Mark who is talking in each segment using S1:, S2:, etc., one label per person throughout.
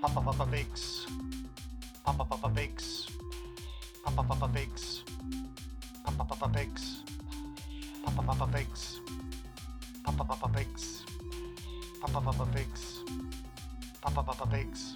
S1: Papa Papa Bakes. Papa Papa Bakes. Papa Papa Bakes. Papa Papa Bakes. Papa Papa Bakes. Papa Papa Bakes. Papa Papa Bakes. Papa Papa Bakes.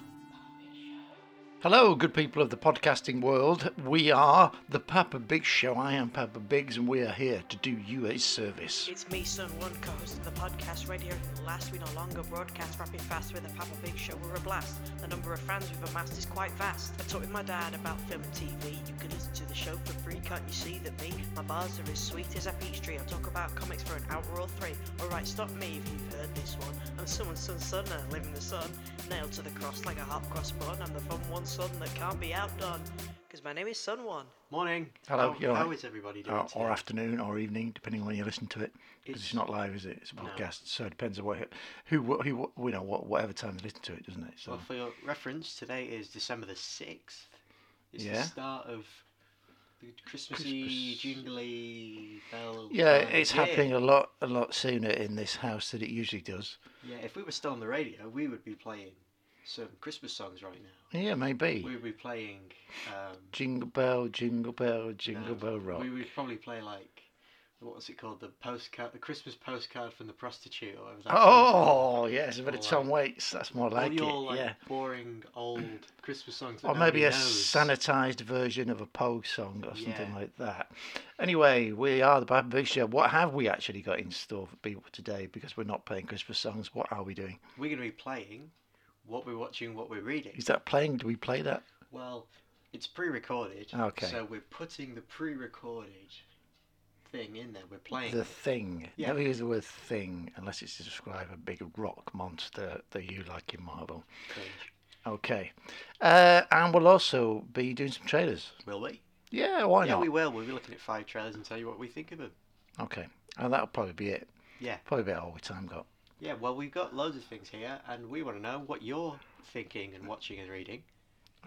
S2: Hello, good people of the podcasting world. We are the Papa Biggs Show. I am Papa Biggs, and we are here to do you a service.
S3: It's me, Son One, co host of the podcast right here in the last we no longer broadcast rapid fast with the Papa Big Show. We're a blast. The number of fans we've amassed is quite vast. I talk with my dad about film and TV. You can listen to the show for free, can't you see that me? My bars are as sweet as a peach tree. I talk about comics for an hour or three. Alright, stop me if you've heard this one. I'm someone's son's son and I live in the sun. Nailed to the cross like a hot cross bun. I'm the fun one son that can't be outdone. Because my name is Son One.
S4: Morning.
S2: Hello,
S4: How,
S2: you're
S4: how
S2: right. Oh,
S4: is everybody doing?
S2: Or, or
S4: today?
S2: afternoon or evening, depending on when you listen to it. 'Cause it's,
S4: It's-
S2: not live, is it? It's a podcast, so it depends on what, who, who, who you know, what, whatever time they listen to it, doesn't it? So
S4: Well, for your reference, today is December the sixth. It's the
S2: Yeah.
S4: start of the Christmassy, jingly bell.
S2: yeah,
S4: time of
S2: it's
S4: year.
S2: happening a lot, a lot sooner in this house than it usually does.
S4: Yeah, if we were still on the radio, we would be playing some Christmas songs right now.
S2: Yeah, maybe.
S4: We would be playing. Um,
S2: Jingle bell, jingle bell, jingle
S4: no,
S2: bell rock.
S4: We would probably play like. What was it called? The postcard, the Christmas postcard from the prostitute, or whatever. That song's called.
S2: Oh yes, a bit of
S4: All
S2: Tom Waits. That's more
S4: All
S2: like it.
S4: your, like,
S2: yeah.
S4: boring old Christmas songs. That
S2: or maybe
S4: nobody
S2: a
S4: knows.
S2: sanitized version of a Pogue song or something
S4: Yeah.
S2: like that. Anyway, we are the Bad Big Show. What have we actually got in store for people today? Because we're not playing Christmas songs. What are we doing?
S4: we're going to be playing what we're watching, what we're reading.
S2: Is that playing? Do we play that?
S4: Well, it's pre-recorded.
S2: Okay.
S4: So we're putting the pre-recorded thing in there. We're playing.
S2: The
S4: it.
S2: thing.
S4: Yeah.
S2: Never use the word thing unless it's to describe a big rock monster that you like in Marvel.
S4: Cringe.
S2: Okay. Uh, and we'll also be doing some trailers.
S4: Will we?
S2: Yeah, why
S4: yeah,
S2: not?
S4: we will. We'll be looking at five trailers and tell you what we think of them.
S2: Okay. And that'll probably be it.
S4: Yeah.
S2: Probably about all the time got.
S4: Yeah. Well, we've got loads of things here, and we want to know what you're thinking and watching and reading.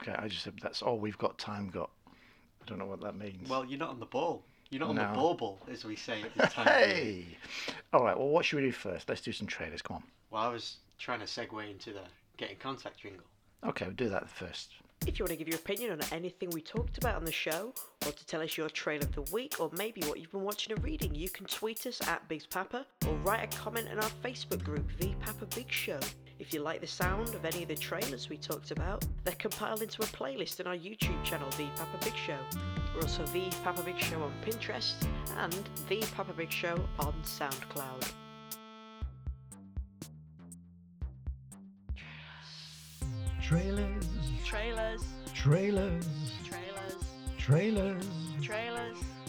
S2: Okay, I just said that's all we've got time got. I don't know what that means.
S4: Well, you're not on the ball. You're not on
S2: No.
S4: the bauble, as we say at this time. of year.
S2: Hey! All right, well, what should we do first? Let's do some trailers, come
S4: Well, I was trying to segue into the get in contact jingle.
S2: on. Okay, we'll do that first.
S3: If you want to give your opinion on anything we talked about on the show, or to tell us your trail of the week, or maybe what you've been watching and reading, you can tweet us at Biggs Papa or write a comment in our Facebook group, The Papa Big Show. If you like the sound of any of the trailers we talked about, they're compiled into a playlist on our YouTube channel, The Papa Big Show. We're also The Papa Big Show on Pinterest and The Papa Big Show on SoundCloud.
S2: Trailers,
S3: Trailers,
S2: trailers,
S3: trailers,
S2: trailers,
S3: trailers,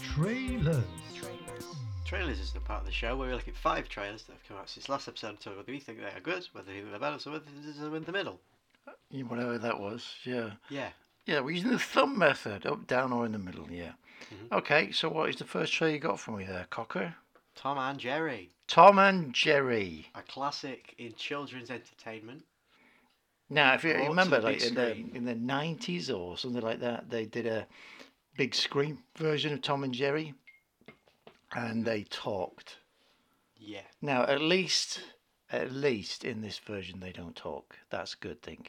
S2: trailers.
S3: trailers.
S4: Trailers is the part of the show where we look at five trailers that have come out since last episode and tell you whether we think they are good, whether they think they're bad, or whether they're in the middle.
S2: Yeah, whatever that was, yeah.
S4: Yeah.
S2: Yeah, we're using the thumb method, up, down, or in the middle, yeah.
S4: Mm-hmm.
S2: Okay, so what is the first trailer you got from me there, Cocker?
S4: Tom and Jerry,
S2: Tom and Jerry.
S4: a classic in children's entertainment.
S2: Now, if you
S4: Lots of
S2: remember,
S4: big
S2: like in the,
S4: screen.
S2: in the 90s or something like that, they did a big screen version of Tom and Jerry and they talked.
S4: Yeah.
S2: Now, at least, at least in this version, they don't talk. That's a good thing.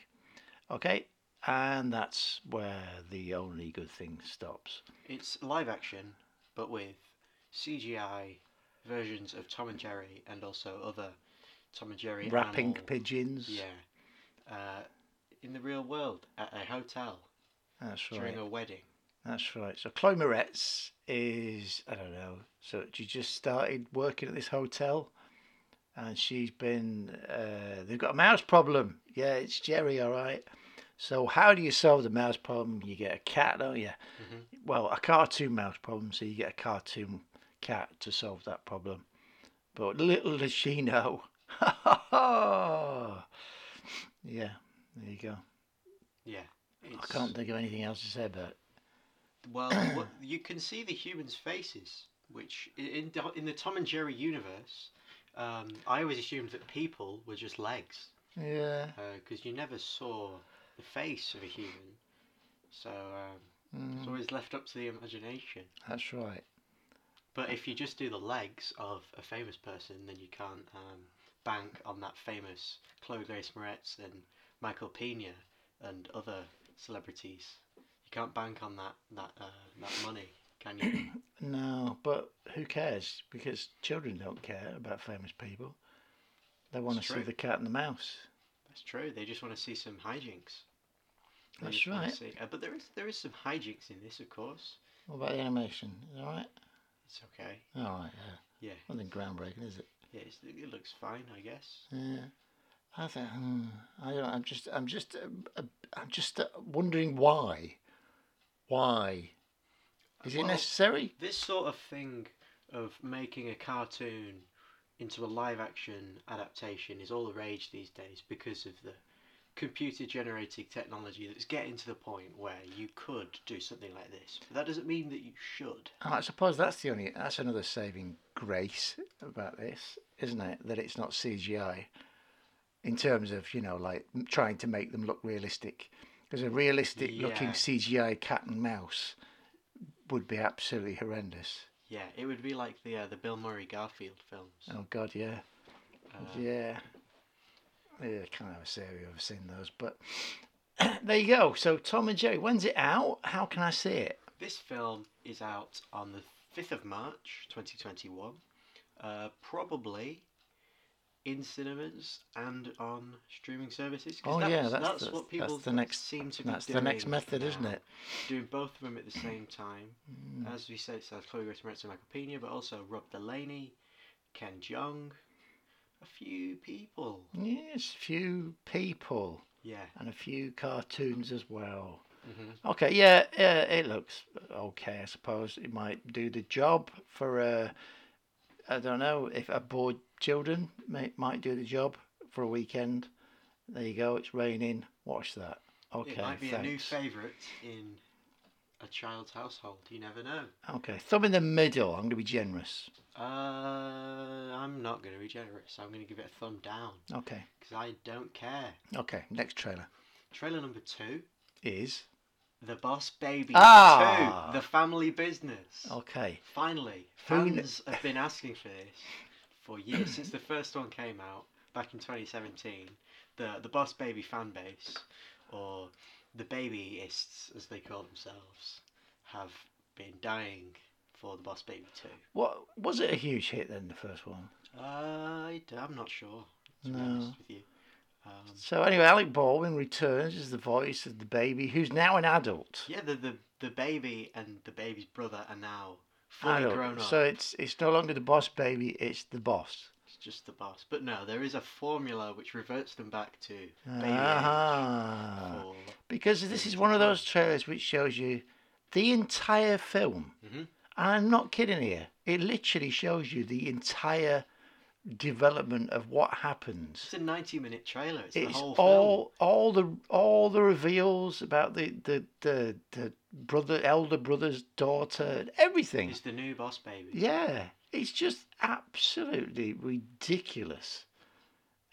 S2: Okay, and that's where the only good thing stops.
S4: It's live action, but with CGI versions of Tom and Jerry and also other Tom and Jerry
S2: Wrapping
S4: animal-
S2: pigeons.
S4: Yeah. Uh, in the real world, at a hotel
S2: That's right.
S4: during a wedding.
S2: That's right. So Chloe Moretz is I don't know. So she just started working at this hotel, and she's been uh, they've got a mouse problem. Yeah, it's Jerry, all right. So how do you solve the mouse problem? You get a cat, don't you? Well, a cartoon mouse problem. So you get a cartoon cat to solve that problem. But little does she know. yeah, there you go.
S4: Yeah. It's,
S2: I can't think of anything else to say about it.
S4: Well, what, you can see the humans' faces, which i- in the- in the Tom and Jerry universe, um, I always assumed that people were just legs
S2: Yeah.
S4: because you never saw the face of a human. So um, it's
S2: Mm,
S4: always left up to the imagination.
S2: that's right.
S4: But if you just do the legs of a famous person, then you can't um, bank on that famous Chloe Grace Moretz and Michael Pena and other celebrities. You can't bank on that that uh, that money, can you?
S2: No, but who cares? Because children don't care about famous people. They want to
S4: It's
S2: see
S4: true.
S2: the cat and the mouse.
S4: That's true. They just want to see some hijinks. They
S2: That's
S4: just wanna
S2: right.
S4: see- uh, but there is there is some hijinks in this, of course.
S2: What about the animation? All right.
S4: It's okay.
S2: All right. Yeah.
S4: Yeah,
S2: Nothing groundbreaking, is it?
S4: yeah it's, it looks fine, I guess.
S2: Yeah. I think hmm, I don't. I'm just. I'm just. um, uh, I'm just uh, wondering why. Why is it
S4: Well,
S2: necessary?
S4: This sort of thing of making a cartoon into a live action adaptation is all the rage these days because of the computer generated technology that's getting to the point where you could do something like this. But that doesn't mean that you should.
S2: And I suppose that's the only. That's another saving grace about this, isn't it? That it's not CGI. In terms of you know, like m- trying to make them look realistic, because a realistic-looking
S4: Yeah.
S2: CGI cat and mouse would be absolutely horrendous.
S4: Yeah, it would be like the uh, the Bill Murray Garfield films.
S2: Oh God, yeah.
S4: Uh,
S2: Yeah. Yeah, I can't have a series I've seen those, but there you go. So Tom and Jerry, when's it out? How can I see it?
S4: This film is out on the 5th of March 2021, uh, probably in cinemas and on streaming services. 'cause
S2: Oh yeah,
S4: was-
S2: that's
S4: that's
S2: the,
S4: what people
S2: that's the next
S4: seem to be
S2: that's the next
S4: doing
S2: method,
S4: now,
S2: isn't it? Mm.
S4: Doing both of them at the same time. As we said, it stars Chloe Grace Moretz and Michael Pena, but also Rob Delaney, Ken Jeong, a few people.
S2: Yes, few people
S4: Yeah,
S2: and a few cartoons as well.
S4: hmm
S2: Okay, yeah, yeah, it looks okay. I suppose it might do the job for uh, I don't know if a bored children might might do the job for a weekend. There you go. It's raining. Watch that. Okay,
S4: it might be
S2: thanks.
S4: a new favourite in a child's household. You never know.
S2: Okay, thumb in the middle. I'm gonna be generous.
S4: Uh, I'm not going to be generous. I'm going to give it a thumb down
S2: Okay,
S4: because I don't care.
S2: okay. Next trailer
S4: Trailer number two
S2: is
S4: The Boss Baby
S2: Ah! Oh.
S4: 2 The Family Business.
S2: okay.
S4: Finally,
S2: Who kn-
S4: fans have been asking for this for years since the first one came out back in 2017. The, the Boss Baby fan base, or the babyists as they call themselves, have been dying for The Boss Baby 2.
S2: What was it? A huge hit then the first one.
S4: I, am not sure. To be
S2: No.
S4: honest with you. Um,
S2: So anyway, Alec Baldwin returns as the voice of the baby, who's now an adult.
S4: yeah, the, the the baby and the baby's brother are now fully
S2: Adult.
S4: grown up.
S2: So it's it's no longer the boss baby. It's the boss.
S4: it's just the boss. But no, there is a formula which reverts them back to baby age
S2: Ah,
S4: for
S2: because this is one of those trailers which shows you the entire film.
S4: Mhm.
S2: And I'm not kidding here. It literally shows you the entire development of what happens.
S4: It's a 90 minute trailer. It's, the
S2: It's
S4: whole
S2: all all the all the reveals about the the the, the brother elder brother's daughter and
S4: film.
S2: everything.
S4: It's the new boss baby.
S2: Yeah, it's just absolutely ridiculous.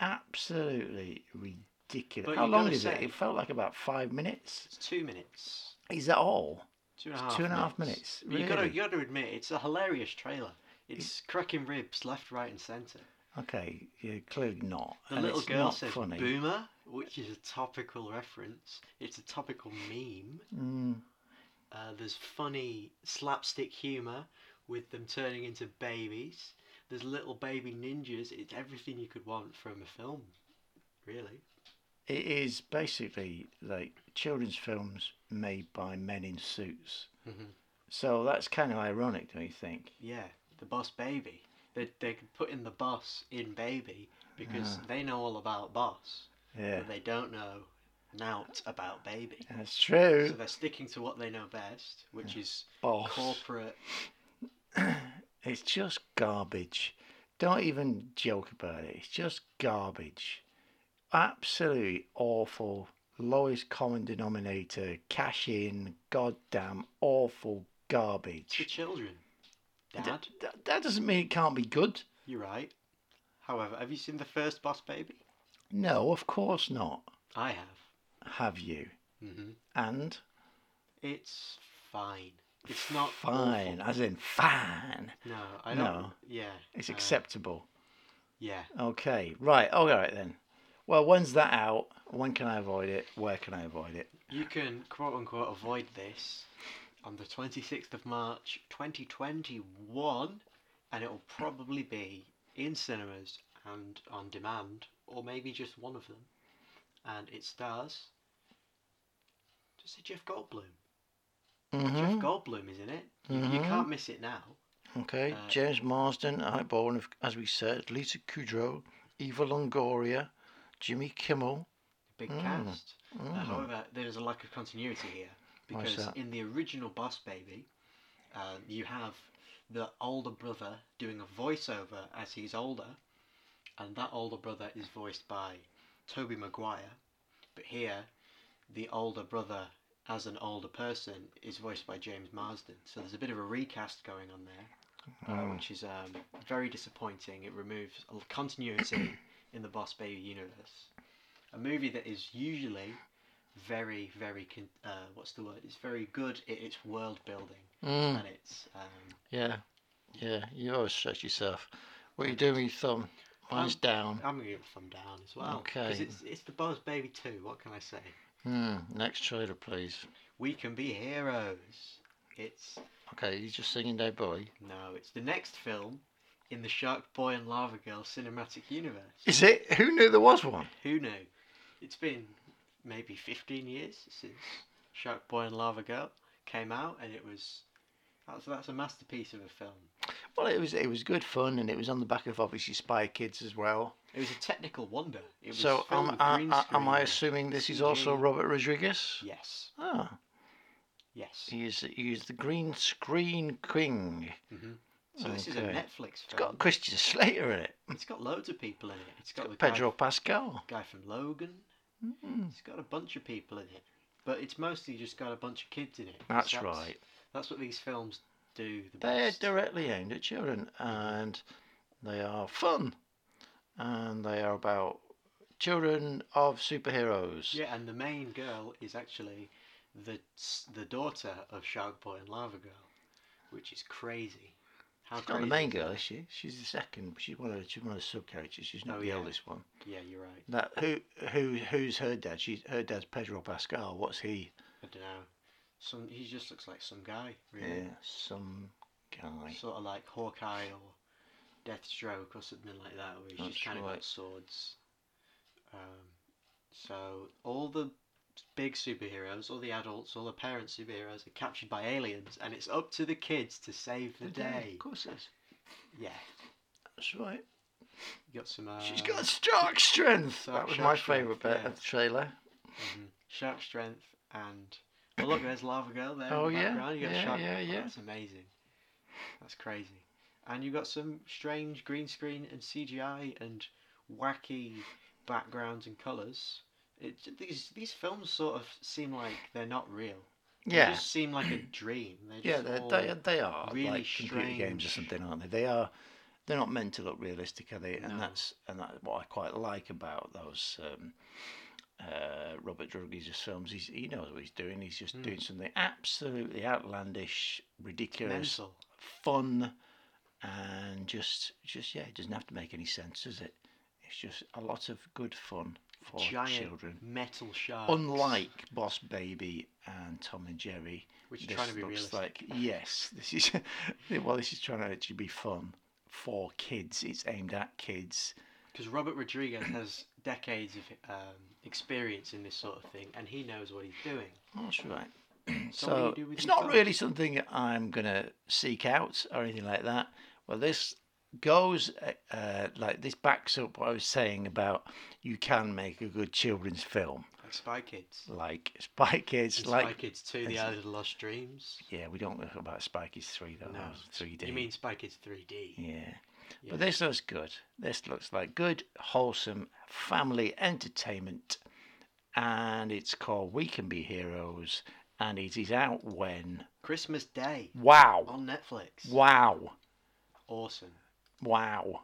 S2: Absolutely ridiculous.
S4: But
S2: How
S4: you
S2: long
S4: gotta
S2: is it?
S4: say-
S2: It felt like about five minutes.
S4: It's two minutes.
S2: Is that all?
S4: Two and a
S2: It's
S4: half.
S2: two and a half minutes,
S4: But You gotta
S2: really?
S4: you gotta admit it's a hilarious trailer. It's cracking ribs left, right, and centre.
S2: Okay, yeah, clearly not.
S4: The
S2: and
S4: little
S2: it's
S4: girl
S2: not
S4: says
S2: funny.
S4: "boomer," which is a topical reference. It's a topical meme.
S2: Mm,
S4: Uh, there's funny slapstick humour with them turning into babies. There's little baby ninjas. It's everything you could want from a film, really.
S2: it is basically like children's films made by men in suits.
S4: Mhm.
S2: So that's kind of ironic, don't you think?
S4: Yeah, the boss baby. They they could put in the boss in baby because they know all about boss,
S2: Yeah,
S4: but they don't know nout about baby.
S2: that's
S4: So
S2: true.
S4: they're sticking to what they know best, which is
S2: Boss.
S4: corporate.
S2: It's just garbage. Don't even joke about it. It's just garbage. Absolutely awful. Lowest common denominator. Cash in. Goddamn awful
S4: It's for
S2: garbage.
S4: children.
S2: Th-
S4: Dad,
S2: th- that doesn't mean it can't be good.
S4: you're right. However, have you seen the first boss baby?
S2: No, of course not.
S4: I have.
S2: Have Mm-hmm. you?
S4: hmm
S2: And
S4: It's fine. It's not
S2: fine,
S4: awful.
S2: as in fine.
S4: No, I don't.
S2: No.
S4: Yeah.
S2: It's
S4: uh,
S2: acceptable.
S4: yeah.
S2: Okay, right. All right then. Well, when's that out? When can I avoid it? Where can I avoid it?
S4: You can quote unquote avoid this on the 26th of March 2021, and it'll probably be in cinemas and on demand, or maybe just one of them. And it stars. Just say Jeff Goldblum. Jeff
S2: Mhm.
S4: Goldblum is in it. You, you
S2: Mhm.
S4: can't miss it now.
S2: Okay.
S4: Uh,
S2: James Marsden, Alec Baldwin, of- as we said, Lisa Kudrow, Eva Longoria, Jimmy Kimmel.
S4: Big
S2: Mm.
S4: cast. Uh,
S2: Mm.
S4: however, there is a lack of continuity here
S2: Why is
S4: because
S2: that?
S4: in the original Boss Baby, um, you have the older brother doing a voiceover as he's older, and that older brother is voiced by Toby Maguire. But here, the older brother as an older person is voiced by James Marsden. So there's a bit of a recast going on there, uh,
S2: Mm.
S4: which is um, very disappointing. It removes a l- continuity in the Boss Baby universe. A movie that is usually very, very, con- uh, what's the word? It's very good at its world building
S2: Mm.
S4: and it's um,
S2: Yeah. Yeah. You always stretch yourself. What are you doing with your thumb? Mine's
S4: Um,
S2: down.
S4: I'm gonna give it a thumb down as well.
S2: Okay.
S4: Because it's it's the Boss Baby two. What can I say?
S2: Hmm. Next trailer, please.
S4: We can be heroes. It's
S2: Okay. You're just singing there, boy.
S4: no, it's the next film in the Shark Boy and Lava Girl cinematic universe.
S2: Is it? Who knew there was one?
S4: Who knew? It's been maybe 15 years since Shark Boy and Lava Girl came out, and it was that's that's a masterpiece of a film.
S2: Well, it was it was good fun, and it was on the back of obviously Spy Kids as well.
S4: It was a technical wonder. It was
S2: So
S4: filmed
S2: am
S4: with
S2: I,
S4: green
S2: I- am I
S4: screen.
S2: assuming this is
S4: CG.
S2: also Robert Rodriguez?
S4: Yes.
S2: Ah,
S4: Yes.
S2: he is he is the green screen king.
S4: So this is a
S2: Okay.
S4: Netflix film.
S2: It's got Christian Slater in it.
S4: It's got loads of people in it. It's got, the
S2: Pedro Pascal.
S4: Guy, Hmm. guy from Logan.
S2: Mm,
S4: It's got a bunch of people in it, but it's mostly just got a bunch of kids in it. 'cause
S2: That's right.
S4: That's what these films do the
S2: They're
S4: best.
S2: directly aimed at children, and they are fun, and they are about children of superheroes.
S4: Yeah, and the main girl is actually the the daughter of Shark Boy and Lava Girl, which is crazy. How
S2: She's
S4: crazy
S2: not the main
S4: is that?
S2: girl, is she? She's the second. She's one of the, she's one of the sub characters. She's not
S4: Oh,
S2: the
S4: yeah.
S2: oldest one.
S4: Yeah, you're right.
S2: That who who who's her dad? She's her dad's Pedro Pascal. What's he?
S4: I don't know. Some he just looks like some guy, really.
S2: Yeah, some guy.
S4: Sort of like Hawkeye or Deathstroke or something like that, where he's
S2: That's
S4: just kind of
S2: right.
S4: got swords. Um, so all the big superheroes, all the adults, all the parent superheroes are captured by aliens, and it's up to the kids to save the, day.
S2: Of course, it is.
S4: Yeah,
S2: That's right.
S4: you got some. Uh,
S2: She's got stark strength.
S4: Stark-
S2: that was
S4: sharp
S2: my
S4: strength,
S2: favourite bit
S4: yeah.
S2: of the trailer.
S4: Mhm. Shark strength and oh look, there's Lava Girl there.
S2: Oh,
S4: in the
S2: yeah,
S4: background. You got
S2: yeah,
S4: shark.
S2: yeah,
S4: oh,
S2: yeah.
S4: That's amazing. That's crazy. And you got some strange green screen and CGI and wacky backgrounds and colours. It, these these films sort of seem like they're not real. They
S2: Yeah,
S4: just seem like a dream. They're
S2: yeah,
S4: just
S2: they're,
S4: all-
S2: they they are
S4: really
S2: like computer games or
S4: strange.
S2: something, aren't they? They are. They're not meant to look realistic, are they? And
S4: No.
S2: that's and that's what I quite like about those um, uh, Robert Rodriguez's films. He's, he knows what he's doing. He's just
S4: Mm.
S2: doing something absolutely outlandish, ridiculous,
S4: mental.
S2: fun and just just yeah it doesn't have to make any sense does it it's just a lot of good fun for
S4: Giant
S2: children
S4: metal sharks.
S2: unlike boss baby and tom and jerry
S4: which is
S2: this
S4: trying to be
S2: looks
S4: realistic.
S2: like yes this is well this is trying to actually be fun for kids it's aimed at kids
S4: Because Robert Rodriguez has decades of um, experience in this sort of thing, and he knows what he's doing.
S2: that's right
S4: So, what do you do
S2: so
S4: with
S2: it's
S4: your
S2: not
S4: phone?
S2: really something i'm gonna seek out or anything like that well this goes uh, uh, like this backs up what i was saying about you can make a good children's film
S4: Like Spy Kids.
S2: like Spy Kids,
S4: And
S2: like
S4: Spy Kids 2, The
S2: it's-
S4: Island of Lost Dreams.
S2: yeah, we don't talk about Spy Kids three though. that was Oh, three D.
S4: You mean Spy Kids 3D?
S2: yeah.
S4: Yeah.
S2: but this looks good. This looks like good, wholesome family entertainment, and it's called We Can Be Heroes, and it is out when
S4: Christmas Day
S2: wow,
S4: on Netflix.
S2: wow,
S4: Awesome.
S2: wow.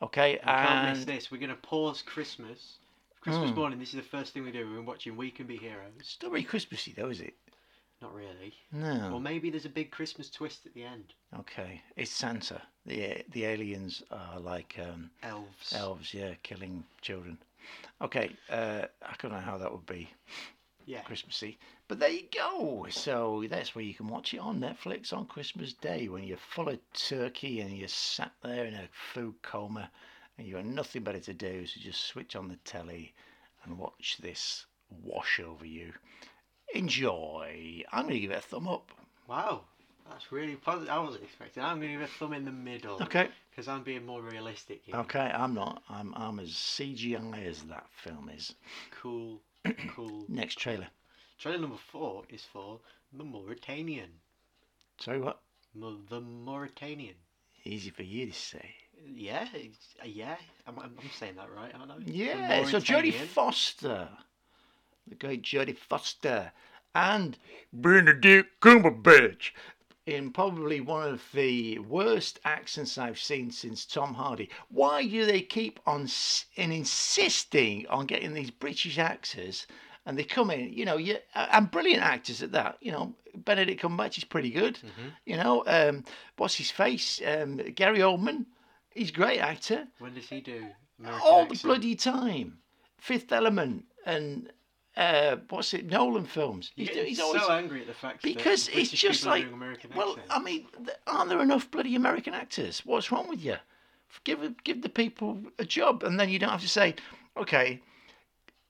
S2: Okay,
S4: You can't miss
S2: and
S4: this. We're going to pause Christmas. Christmas
S2: Mm.
S4: morning, this is the first thing we do. We're watching We Can Be Heroes.
S2: it's not very Christmassy though, is it?
S4: Not really. Or
S2: No.
S4: maybe there's a big Christmas twist at the end.
S2: Okay, it's Santa. the The aliens are like um,
S4: Elves.
S2: elves, yeah, killing children. Okay, uh, I don't know how that would be
S4: Yeah.
S2: Christmassy, but there you go. So that's where you can watch it on Netflix on Christmas Day when you're full of turkey and you're sat there in a food coma and you've got nothing better to do, so just switch on the telly and watch this wash over you. Enjoy. I'm going to give it a thumb up.
S4: Wow. That's really positive. I wasn't expecting. I'm going to give a thumb in the middle.
S2: Okay. Oh.
S4: Because I'm being more realistic here.
S2: Okay, I'm not. I'm I'm as CGI as that film is.
S4: Cool. Cool.
S2: Next trailer.
S4: Trailer number four is for the Mauritanian.
S2: Sorry, what?
S4: Mu- The Mauritanian.
S2: Easy for you to say.
S4: Yeah, it's- yeah. I'm, I'm I'm saying that right, aren't I? The
S2: Yeah, so Jodie
S4: Mauritanian.
S2: Foster, the great Jodie Foster, and Benedict Cumberbatch in probably one of the worst accents I've seen since Tom Hardy. Why do they keep on s- and insisting on getting these British actors? And they come in, you know, you, and brilliant actors at that. You know, Benedict Cumberbatch is pretty good. You know, um, what's his face? Um, Gary Oldman, he's a great actor
S4: When does he do? American
S2: all Oh, the
S4: accent?
S2: bloody time. Fifth Element and uh, what's it? Nolan films.
S4: You
S2: He's,
S4: get
S2: he's
S4: so
S2: always
S4: angry at the fact that
S2: because it's
S4: British
S2: just
S4: people are
S2: like
S4: doing American
S2: well,
S4: accents.
S2: I mean, th- aren't there enough bloody American actors? What's wrong with you? Give give the people a job, and then you don't have to say, okay,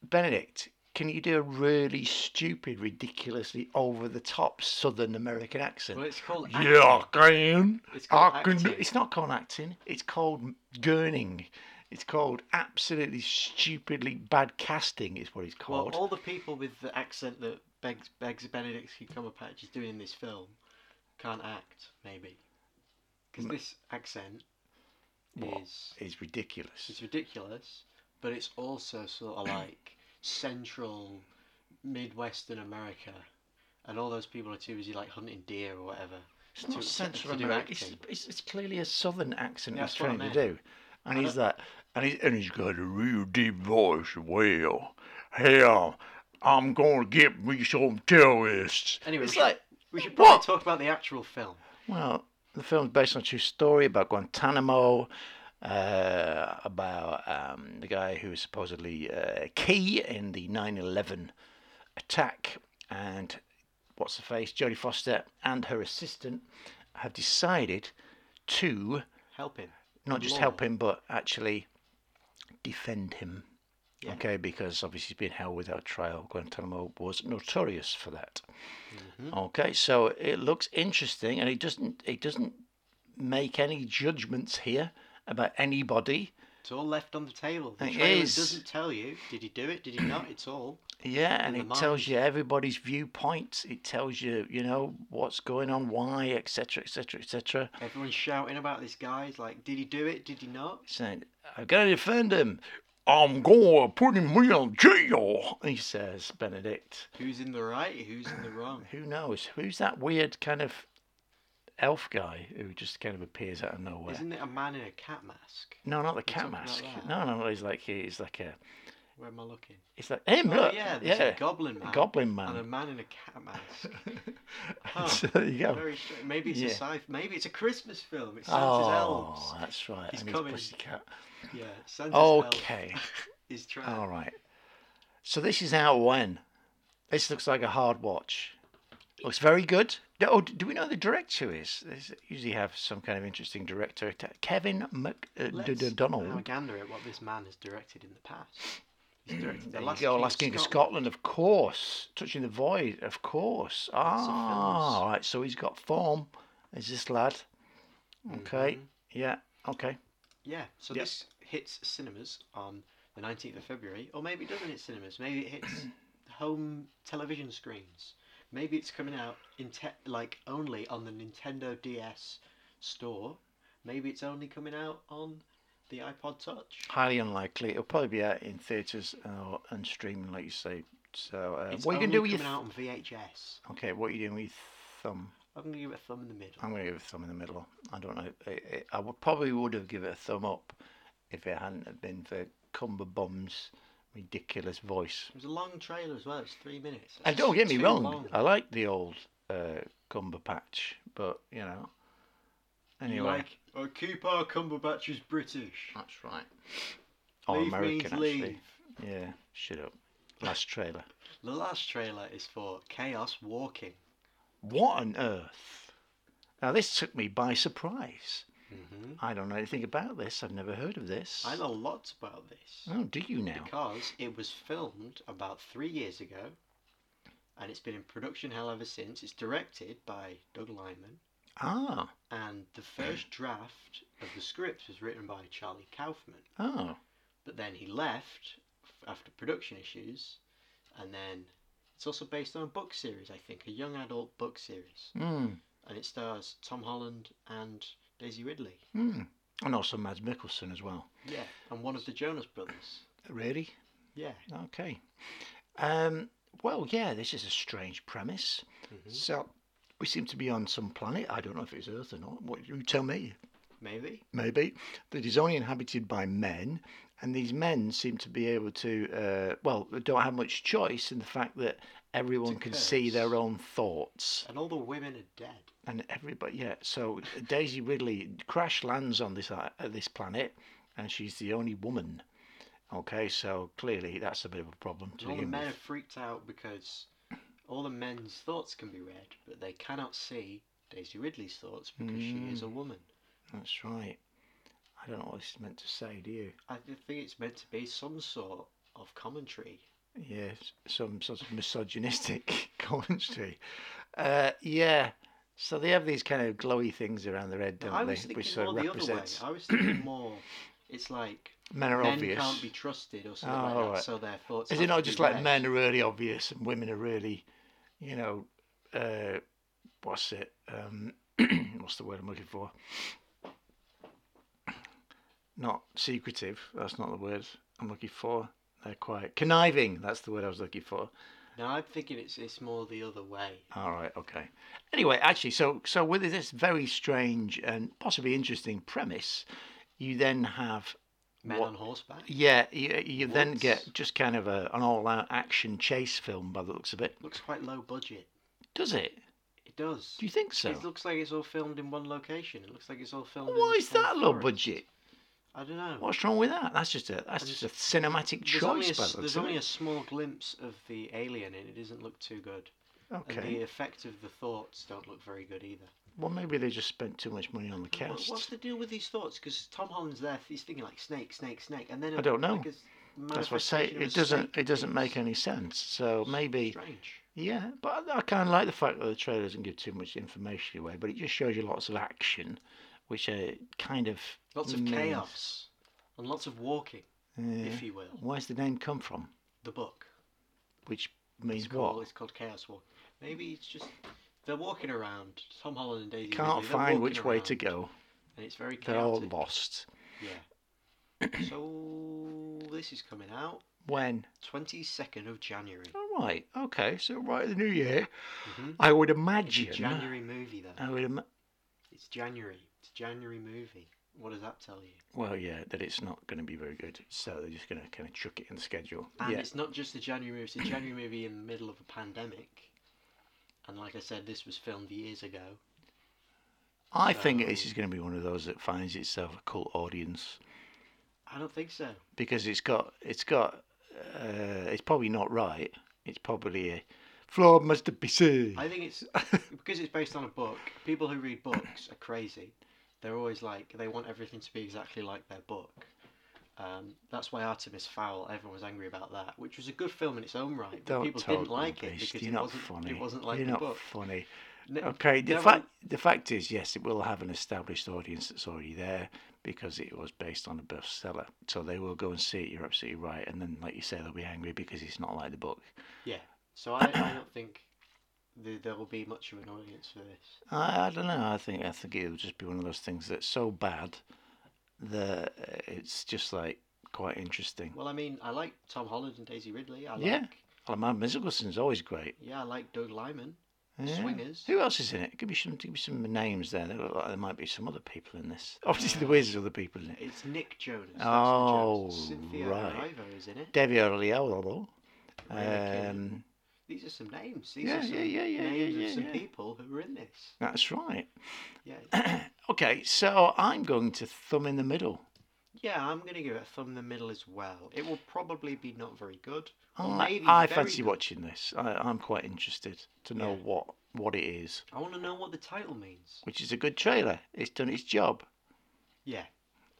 S2: Benedict, can you do a really stupid, ridiculously over the top Southern American accent?
S4: well, it's called
S2: Yeah, I
S4: acting.
S2: can.
S4: It's called
S2: I can do-
S4: acting.
S2: It's not called acting. It's called gurning. It's called absolutely stupidly bad casting. Is what it's
S4: Well,
S2: called.
S4: all the people with the accent that Begs Begs Benedict Cumberbatch is doing in this film can't act, maybe, because this accent
S2: What?
S4: is
S2: it's ridiculous.
S4: it's ridiculous, but it's also sort of like central Midwestern America, and all those people are too busy like hunting deer or whatever.
S2: It's not
S4: to-
S2: Central
S4: to do
S2: America. It's,
S4: acting.
S2: it's, it's clearly a Southern accent
S4: Yeah,
S2: he's
S4: that's what I
S2: trying to do,
S4: meant.
S2: and he's that, and he's and he's got a real deep voice. as Well, hell, I'm gonna get me some terrorists.
S4: Anyway,
S2: it's
S4: we should-
S2: like
S4: We should
S2: What?
S4: probably talk about the actual film.
S2: Well, the film's based on a true story about Guantanamo, uh, about um, the guy who was supposedly uh, key in the 9 11 attack. And what's the face? Jodie Foster and her assistant have decided to
S4: Help him.
S2: not just
S4: Law.
S2: help him, but actually defend him. Okay, because obviously he's been held without trial. Guantanamo was notorious for that.
S4: Mm-hmm.
S2: Okay, so it looks interesting, and it doesn't it doesn't make any judgments here about anybody.
S4: It's all left on the table. The
S2: It
S4: trailer
S2: is.
S4: doesn't tell you. Did he do it? Did he not? It's all.
S2: Yeah, and
S4: the
S2: it tells
S4: mind.
S2: you everybody's viewpoints. It tells you, you know, what's going on, why, etc., etc., etc.
S4: Everyone's shouting about this guy. It's like, did he do it? Did he not?
S2: Saying, "I'm gonna defend him. I'm gonna put him in jail." He says, Benedict.
S4: Who's in the right? Who's in the wrong?
S2: Who knows? Who's that weird kind of elf guy who just kind of appears out of nowhere?
S4: Isn't it a man in a cat mask?
S2: No, not the cat
S4: talking about
S2: mask.
S4: that?
S2: No, no, no. He's like he's like a
S4: Where am I looking?
S2: It's like him.
S4: Oh,
S2: look,
S4: yeah, there's
S2: yeah,
S4: a goblin man.
S2: Goblin
S4: And a
S2: Man.
S4: man in a cat mask.
S2: And Um, so there you go.
S4: Very strange. Maybe it's
S2: Yeah.
S4: a sci Maybe it's a Christmas film. It's Santa's
S2: Oh,
S4: elves.
S2: that's right.
S4: He's
S2: and
S4: coming.
S2: He's pussycat.
S4: Yeah, Santa's elves
S2: Okay,
S4: is trying.
S2: all right. So this is out when. This looks like a hard watch. Looks very good. Do- Oh, do we know who the director is? They s- usually have some kind of interesting director. atta- Kevin uh,
S4: Let's have a
S2: McDonald.
S4: gander at what this man has directed in the past. He's directed the
S2: There you
S4: last
S2: go.
S4: King
S2: Last King of
S4: Scotland.
S2: Scotland, of course. Touching the Void, of course.
S4: of
S2: Ah,
S4: films.
S2: all right. So he's got form. Is this lad? Okay.
S4: Mhm.
S2: Yeah. Okay.
S4: Yeah, so
S2: Yep.
S4: this hits cinemas on the 19th of February, or maybe it doesn't hit cinemas. Maybe it hits home television screens. Maybe it's coming out in te- like only on the Nintendo DS store. Maybe it's only coming out on the iPod Touch.
S2: Highly unlikely. It'll probably be out in theatres or and streaming, like you say. So, uh,
S4: It's
S2: what are you
S4: only
S2: gonna do with your?
S4: coming
S2: Th-
S4: out on VHS.
S2: okay, what are you doing with your thumb?
S4: I'm gonna give it a thumb in the middle.
S2: I'm gonna give it a thumb in the middle. I don't know. It, it, I would probably would have given it a thumb up if it hadn't have been for Cumberbum's ridiculous voice.
S4: It was a long trailer as well. It's three minutes.
S2: And
S4: That's
S2: don't get me
S4: too
S2: wrong,
S4: long.
S2: I like the old uh, Cumberpatch, but you know. Anyway,
S4: You like, oh, keep our Cumberbatch is British.
S2: that's right. Or
S4: leave
S2: American
S4: means
S2: actually.
S4: leave.
S2: Yeah, shut up. Last trailer.
S4: The last trailer is for Chaos Walking.
S2: What on earth? Now, this took me by surprise.
S4: hmm
S2: I don't know anything about this. I've never heard of this.
S4: I know lots about this
S2: Oh, do you now?
S4: because it was filmed about three years ago, and it's been in production hell ever since. It's directed by Doug Lyman,
S2: Ah,
S4: and the first draft of the script was written by Charlie Kaufman.
S2: oh,
S4: but then he left f- after production issues, and then it's also based on a book series, I think, a young adult book series,
S2: hmm,
S4: and it stars Tom Holland and Daisy Ridley.
S2: hmm. And also Mads Mikkelsen as well.
S4: Yeah, and one of the Jonas Brothers.
S2: Really?
S4: Yeah,
S2: Okay. Um, well, yeah, this is a strange premise.
S4: Mhm.
S2: So we seem to be on some planet. I don't know if it's Earth or not. What you tell me?
S4: maybe.
S2: Maybe that is only inhabited by men, and these men seem to be able to, uh, well, they don't have much choice in the fact that everyone can see
S4: curse.
S2: their own thoughts,
S4: And all the women are dead.
S2: and everybody. Yeah. So Daisy Ridley crash lands on this uh, this planet, and she's the only woman. Okay, so clearly that's a bit of a problem to
S4: And all the
S2: begin
S4: men
S2: with.
S4: are freaked out because all the men's thoughts can be read, but they cannot see Daisy Ridley's thoughts because she
S2: Mm.
S4: is a woman.
S2: That's right. I don't know what this is meant to say, do you?
S4: I th- think it's meant to be some sort of commentary.
S2: Yeah, s- some sort of misogynistic commentary. Uh, yeah, so they have these kind of glowy things around their head,
S4: No,
S2: don't
S4: I
S2: they?
S4: was thinking
S2: Which sort
S4: more
S2: of
S4: the other way.
S2: represents
S4: I was thinking more. It's like
S2: men are
S4: men
S2: obvious.
S4: can't be trusted or something
S2: Oh,
S4: like that.
S2: alright.
S4: So their thoughts.
S2: is
S4: have
S2: it
S4: to
S2: not
S4: be
S2: just like
S4: read.
S2: men are really obvious and women are really, you know, uh, what's it? Um, what's the word I'm looking for? Not secretive. That's not the word I'm looking for. They're quite conniving. That's the word I was looking for.
S4: No, I'm thinking it's it's more the other way.
S2: All right, okay. Anyway, actually, so so with this very strange and possibly interesting premise, you then have
S4: Men
S2: What-
S4: on horseback.
S2: yeah, you, you then
S4: Woods.
S2: get just kind of a, an all-out action chase film by the looks of it.
S4: Looks quite low budget.
S2: Does it?
S4: It does.
S2: Do you think so?
S4: It looks like it's all filmed in one location. It looks like it's all filmed. in
S2: Why
S4: the
S2: is
S4: same
S2: that low
S4: forest.
S2: budget?
S4: I don't know.
S2: What's wrong with that? That's just a that's
S4: And
S2: just a cinematic
S4: There's only, a,
S2: choice by
S4: s-
S2: the looks
S4: there's
S2: of
S4: only a
S2: it.
S4: small glimpse of the alien, and it doesn't look too good. And the uh,
S2: Okay.
S4: effect of the thoughts don't look very good either.
S2: Well, maybe they just spent too much money on the
S4: What- What's
S2: cast.
S4: the deal with these thoughts? Because Tom Holland's there, he's thinking like snake, snake, snake, and then
S2: I don't know.
S4: like, it's
S2: That's what I say.
S4: manifestation of
S2: It
S4: a
S2: doesn't
S4: snake.
S2: it doesn't make
S4: It's
S2: any sense. So maybe
S4: Strange.
S2: Yeah, but I kind of like the fact that the trailer doesn't give too much information away, but it just shows you lots of action, which uh, kind of
S4: Lots of
S2: means-
S4: chaos and lots of walking,
S2: Yeah.
S4: if you will.
S2: Where's the name come from?
S4: The book.
S2: Which
S4: It's
S2: means
S4: called,
S2: what?
S4: it's called Chaos Walk. Maybe it's just they're walking around. Tom Holland and Daisy
S2: Can't
S4: Ridley, they're
S2: find
S4: walking
S2: which way to
S4: around,
S2: go.
S4: And it's very chaotic.
S2: They're all lost.
S4: Yeah. so this is coming out
S2: When?
S4: 22nd of January.
S2: All right. Okay. So right at the new year,
S4: Mhm.
S2: I would
S4: It's a
S2: Mm-hmm. imagine. Uh,
S4: January movie though.
S2: I would. Im-
S4: It's January. It's a January movie. What does that tell you?
S2: well, yeah, that it's not going to be very good. So they're just going to kind of chuck it in the schedule.
S4: And
S2: yeah.
S4: it's not just a January movie, it's a January movie in the middle of a pandemic. And like I said, this was filmed years ago.
S2: I think
S4: so-
S2: this is going to be one of those that finds itself a cult audience.
S4: I don't think so.
S2: because it's got it's got uh, it's probably not right. It's probably a flawed masterpiece.
S4: I think it's because it's based on a book. People who read books are crazy. They're always like, they want everything to be exactly like their book. Um, that's why Artemis Fowl, everyone was angry about that, which was a good film in its own right. But
S2: Don't
S4: people
S2: talk
S4: didn't like it
S2: rubbish.
S4: because
S2: You're
S4: it
S2: not
S4: wasn't,
S2: funny.
S4: it wasn't like
S2: You're
S4: the
S2: not Oh.
S4: book.
S2: funny.
S4: Ne-
S2: Okay. The
S4: no one-
S2: fact the fact is, yes, it will have an established audience that's already there because it was based on a bestseller. So they will go and see it. You're absolutely right. And then, like you say, they'll be angry because it's not like the book.
S4: Yeah. So I, I don't think the, there will be much of an audience for this.
S2: I, I don't know. I think I think it'll just be one of those things that's so bad that uh, it's just like quite interesting.
S4: Well, I mean, I like Tom Holland and Daisy Ridley. I like,
S2: Yeah.
S4: yeah.
S2: Oh, man, Mizzleton's always great.
S4: I like Doug Lyman.
S2: Yeah.
S4: Swingers.
S2: Who else is in it? Give me some. Give me some names there. There, look like there might be some other people in this. Obviously, the
S4: Uh,
S2: Wiz is other people in it.
S4: It's Nick Jonas. That's
S2: Oh,
S4: the Jonas. Cynthia
S2: right.
S4: Erivo is in it.
S2: Devi Orleo.
S4: Ryan
S2: Um,
S4: These are some names. These
S2: Yeah,
S4: are some
S2: yeah, yeah, yeah,
S4: names
S2: yeah,
S4: of some
S2: yeah.
S4: people who are in this.
S2: that's right.
S4: Yeah.
S2: okay, so I'm going to thumb in the middle.
S4: Yeah, I'm going to give it a thumb in the middle as well. It will probably be not very good. or
S2: I,
S4: maybe
S2: I
S4: very
S2: fancy
S4: good.
S2: watching this. I, I'm quite interested to know
S4: Yeah.
S2: what what it is,
S4: I want to know what the title means.
S2: which is a good trailer. It's done its job.
S4: Yeah.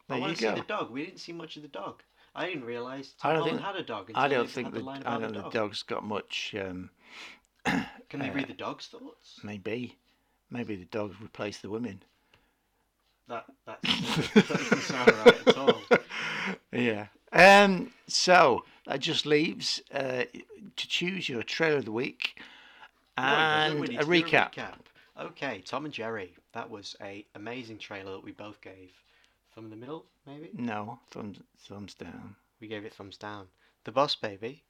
S2: There
S4: I
S2: you
S4: want to see
S2: go.
S4: the dog. We didn't see much of the dog. I didn't realise
S2: I
S4: Tom
S2: don't
S4: Holland
S2: think-
S4: had a dog. Until
S2: I don't
S4: they
S2: think
S4: had the,
S2: the,
S4: line
S2: I
S4: about
S2: don't
S4: the
S2: think the
S4: dog.
S2: dog's got much. Um,
S4: Can they
S2: uh,
S4: read the dog's thoughts?
S2: maybe, maybe the dogs replace the women.
S4: That that doesn't sound right at all.
S2: Yeah. Um. So that just leaves uh, to choose your trailer of the week
S4: No, it doesn't.
S2: and
S4: We need to
S2: a
S4: do
S2: recap.
S4: Okay, Tom and Jerry. That was a amazing trailer that we both gave. Thumb in the middle, maybe.
S2: No, thumbs thumbs down.
S4: We gave it thumbs down. The Boss Baby,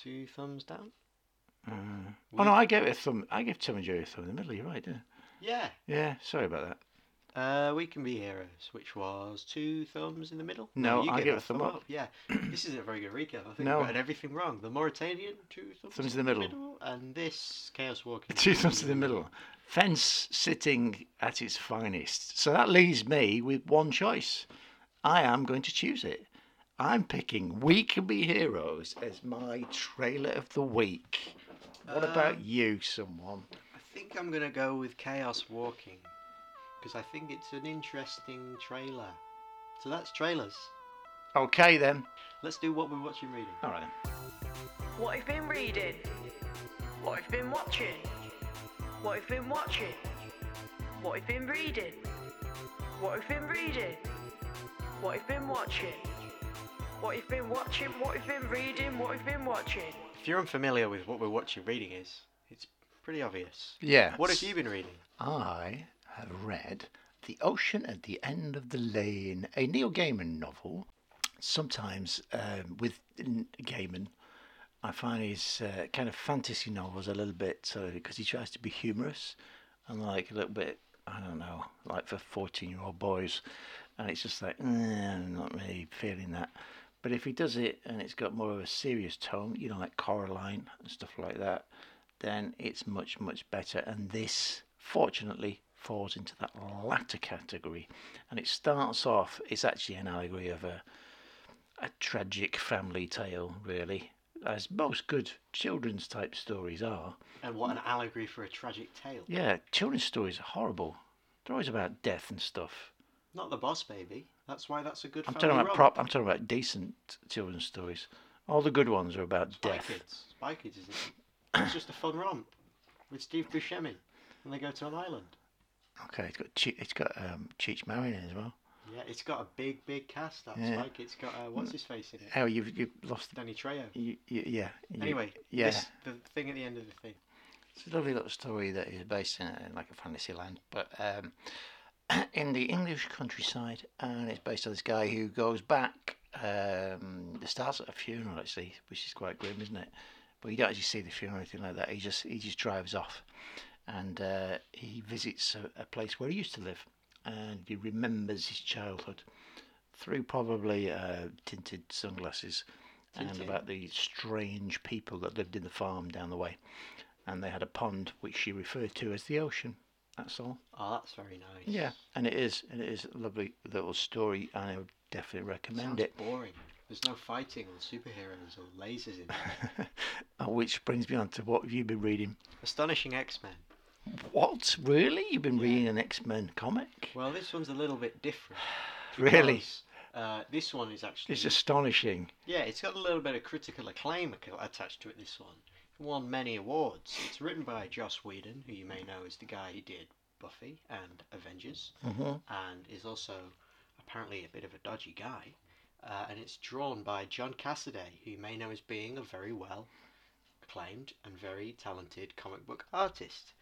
S4: two thumbs down.
S2: Uh,
S4: We-
S2: oh no, I gave it a thumb. I gave Tom and Jerry a thumb in the middle. You're right. Yeah.
S4: Yeah.
S2: Yeah. Sorry about that.
S4: Uh, we can be heroes, which was two thumbs in the middle.
S2: No,
S4: you
S2: I
S4: gave
S2: give
S4: it
S2: a thumb up.
S4: Yeah, this isn't a very good recap. I think
S2: No.
S4: we got everything wrong. The Mauritanian, two thumbs,
S2: Thumbs in the middle.
S4: and this Chaos Walking.
S2: Two thumbs in the middle. Fence sitting at its finest. So that leaves me with one choice. I am going to choose it. I'm picking We Can Be Heroes as my trailer of the week. What about you, someone?
S4: I think I'm gonna go with Chaos Walking, because I think it's an interesting trailer. So that's trailers.
S2: Okay then.
S4: Let's do what we're watching reading.
S2: All right.
S3: What I've been reading. What I've been watching. What I've been watching. What I've been reading. What I've been reading. What I've been watching. What I've been watching. What I've been reading. What I've been watching.
S4: If you're unfamiliar with what we're watching reading is, it's pretty obvious.
S2: Yeah.
S4: What have you been reading?
S2: I have read The Ocean at the End of the Lane, a Neil Gaiman novel. Sometimes um, with N- Gaiman, I find his uh, kind of fantasy novels a little bit sort because he tries to be humorous and like a little bit, I don't know, like for 14 year old boys. And it's just like, "Eh, I'm not really feeling that. But if he does it and it's got more of a serious tone, you know, like Coraline and stuff like that, then it's much, much better. And this, fortunately, falls into that latter category. And it starts off, it's actually an allegory of a, a tragic family tale, really, as most good children's type stories are.
S4: And what an allegory for a tragic tale.
S2: Yeah, children's stories are horrible. They're always about death and stuff.
S4: Not the Boss Baby. That's why that's a good.
S2: I'm
S4: family
S2: talking about
S4: romp.
S2: prop. I'm talking about decent children's stories. All the good ones are about
S4: Spy
S2: death.
S4: Kids. Spy Kids isn't it? It's just a fun romp with Steve Buscemi, and they go to an island.
S2: Okay, it's got che- it's got um, Cheech Marin in it as well.
S4: Yeah, it's got a big, big cast. That
S2: Yeah.
S4: Spy Kids got uh, what's his face in it?
S2: Oh, you've you've lost.
S4: Danny Trejo.
S2: You, you, yeah. you-
S4: Anyway,
S2: yeah.
S4: this, the thing at the end of the thing.
S2: It's a lovely little story that is based in, in like a fantasy land, but um, in the English countryside, and it's based on this guy who goes back. Um, it starts at a funeral actually, which is quite grim, isn't it? But you don't actually see the funeral or anything like that. He just he just drives off, and uh, he visits a, a place where he used to live, and he remembers his childhood through probably uh, tinted sunglasses, and
S4: Tinted.
S2: about the strange people that lived in the farm down the way and they had a pond which she referred to as the ocean. That's all.
S4: Oh, that's very nice.
S2: Yeah, and it is, and it is a lovely little story, and I would definitely recommend
S4: Sounds
S2: it.
S4: boring. There's no fighting or superheroes or lasers in it.
S2: Uh, Which brings me on to what have you been reading?
S4: Astonishing X-Men.
S2: What really? You've been reading an X Men comic?
S4: Well, this one's a little bit different.
S2: Really?
S4: because, Uh, this one is actually
S2: It's astonishing.
S4: Yeah, it's got a little bit of critical acclaim ac- attached to it. This one it won many awards. It's written by Joss Whedon, who you may know is the guy who did Buffy and Avengers,
S2: Mhm.
S4: and is also apparently a bit of a dodgy guy. Uh, and it's drawn by John Cassaday, who you may know as being a very well acclaimed and very talented comic book artist.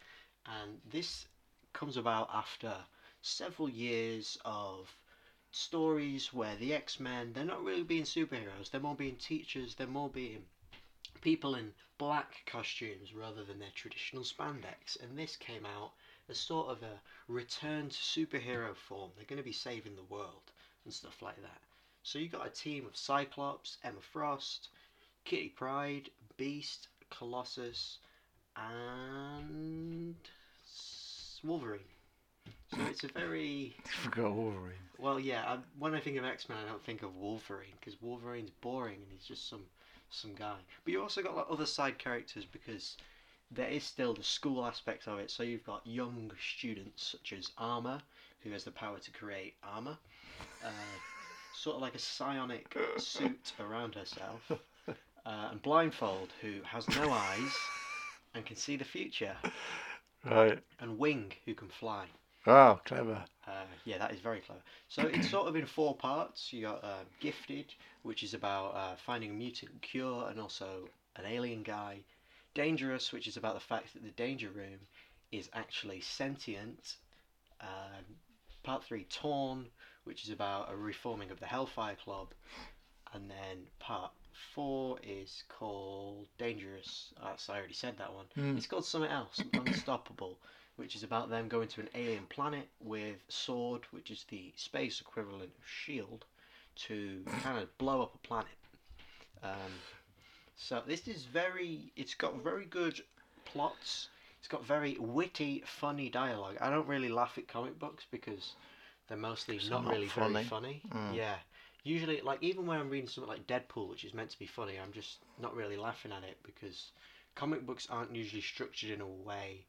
S4: And this comes about after several years of stories where the X Men, they're not really being superheroes, they're more being teachers, they're more being people in black costumes rather than their traditional spandex. And this came out as sort of a return to superhero form. They're going to be saving the world and stuff like that. So you got a team of Cyclops, Emma Frost, Kitty Pride, Beast, Colossus, and s- Wolverine. So it's a very
S2: Forgot Wolverine.
S4: well, yeah. I, when I think of X Men, I don't think of Wolverine because Wolverine's boring and he's just some some guy. But you also got like other side characters because there is still the school aspect of it. So you've got young students such as Armor, who has the power to create armor, uh, sort of like a psionic suit around herself, uh, and Blindfold, who has no eyes and can see the future,
S2: Right.
S4: and Wing, who can fly.
S2: Oh, clever.
S4: Uh, yeah, that is very clever. So it's sort of in four parts. You got uh, Gifted, which is about uh, finding a mutant cure and also an alien guy. Dangerous, which is about the fact that the Danger Room is actually sentient. Um part three, Torn, which is about a reforming of the Hellfire Club. And then part four is called Dangerous. Uh, so I already said that one.
S2: Hmm.
S4: It's called something else, Unstoppable which is about them going to an alien planet with Sword, which is the space equivalent of Shield, to kind of blow up a planet. Um, so this is very. It's got very good plots. It's got very witty, funny dialogue. I don't really laugh at comic books because they're mostly
S2: 'Cause they're
S4: not,
S2: not
S4: really
S2: funny.
S4: very funny.
S2: Mm.
S4: Yeah. Usually, like even when I'm reading something like Deadpool, which is meant to be funny, I'm just not really laughing at it because comic books aren't usually structured in a way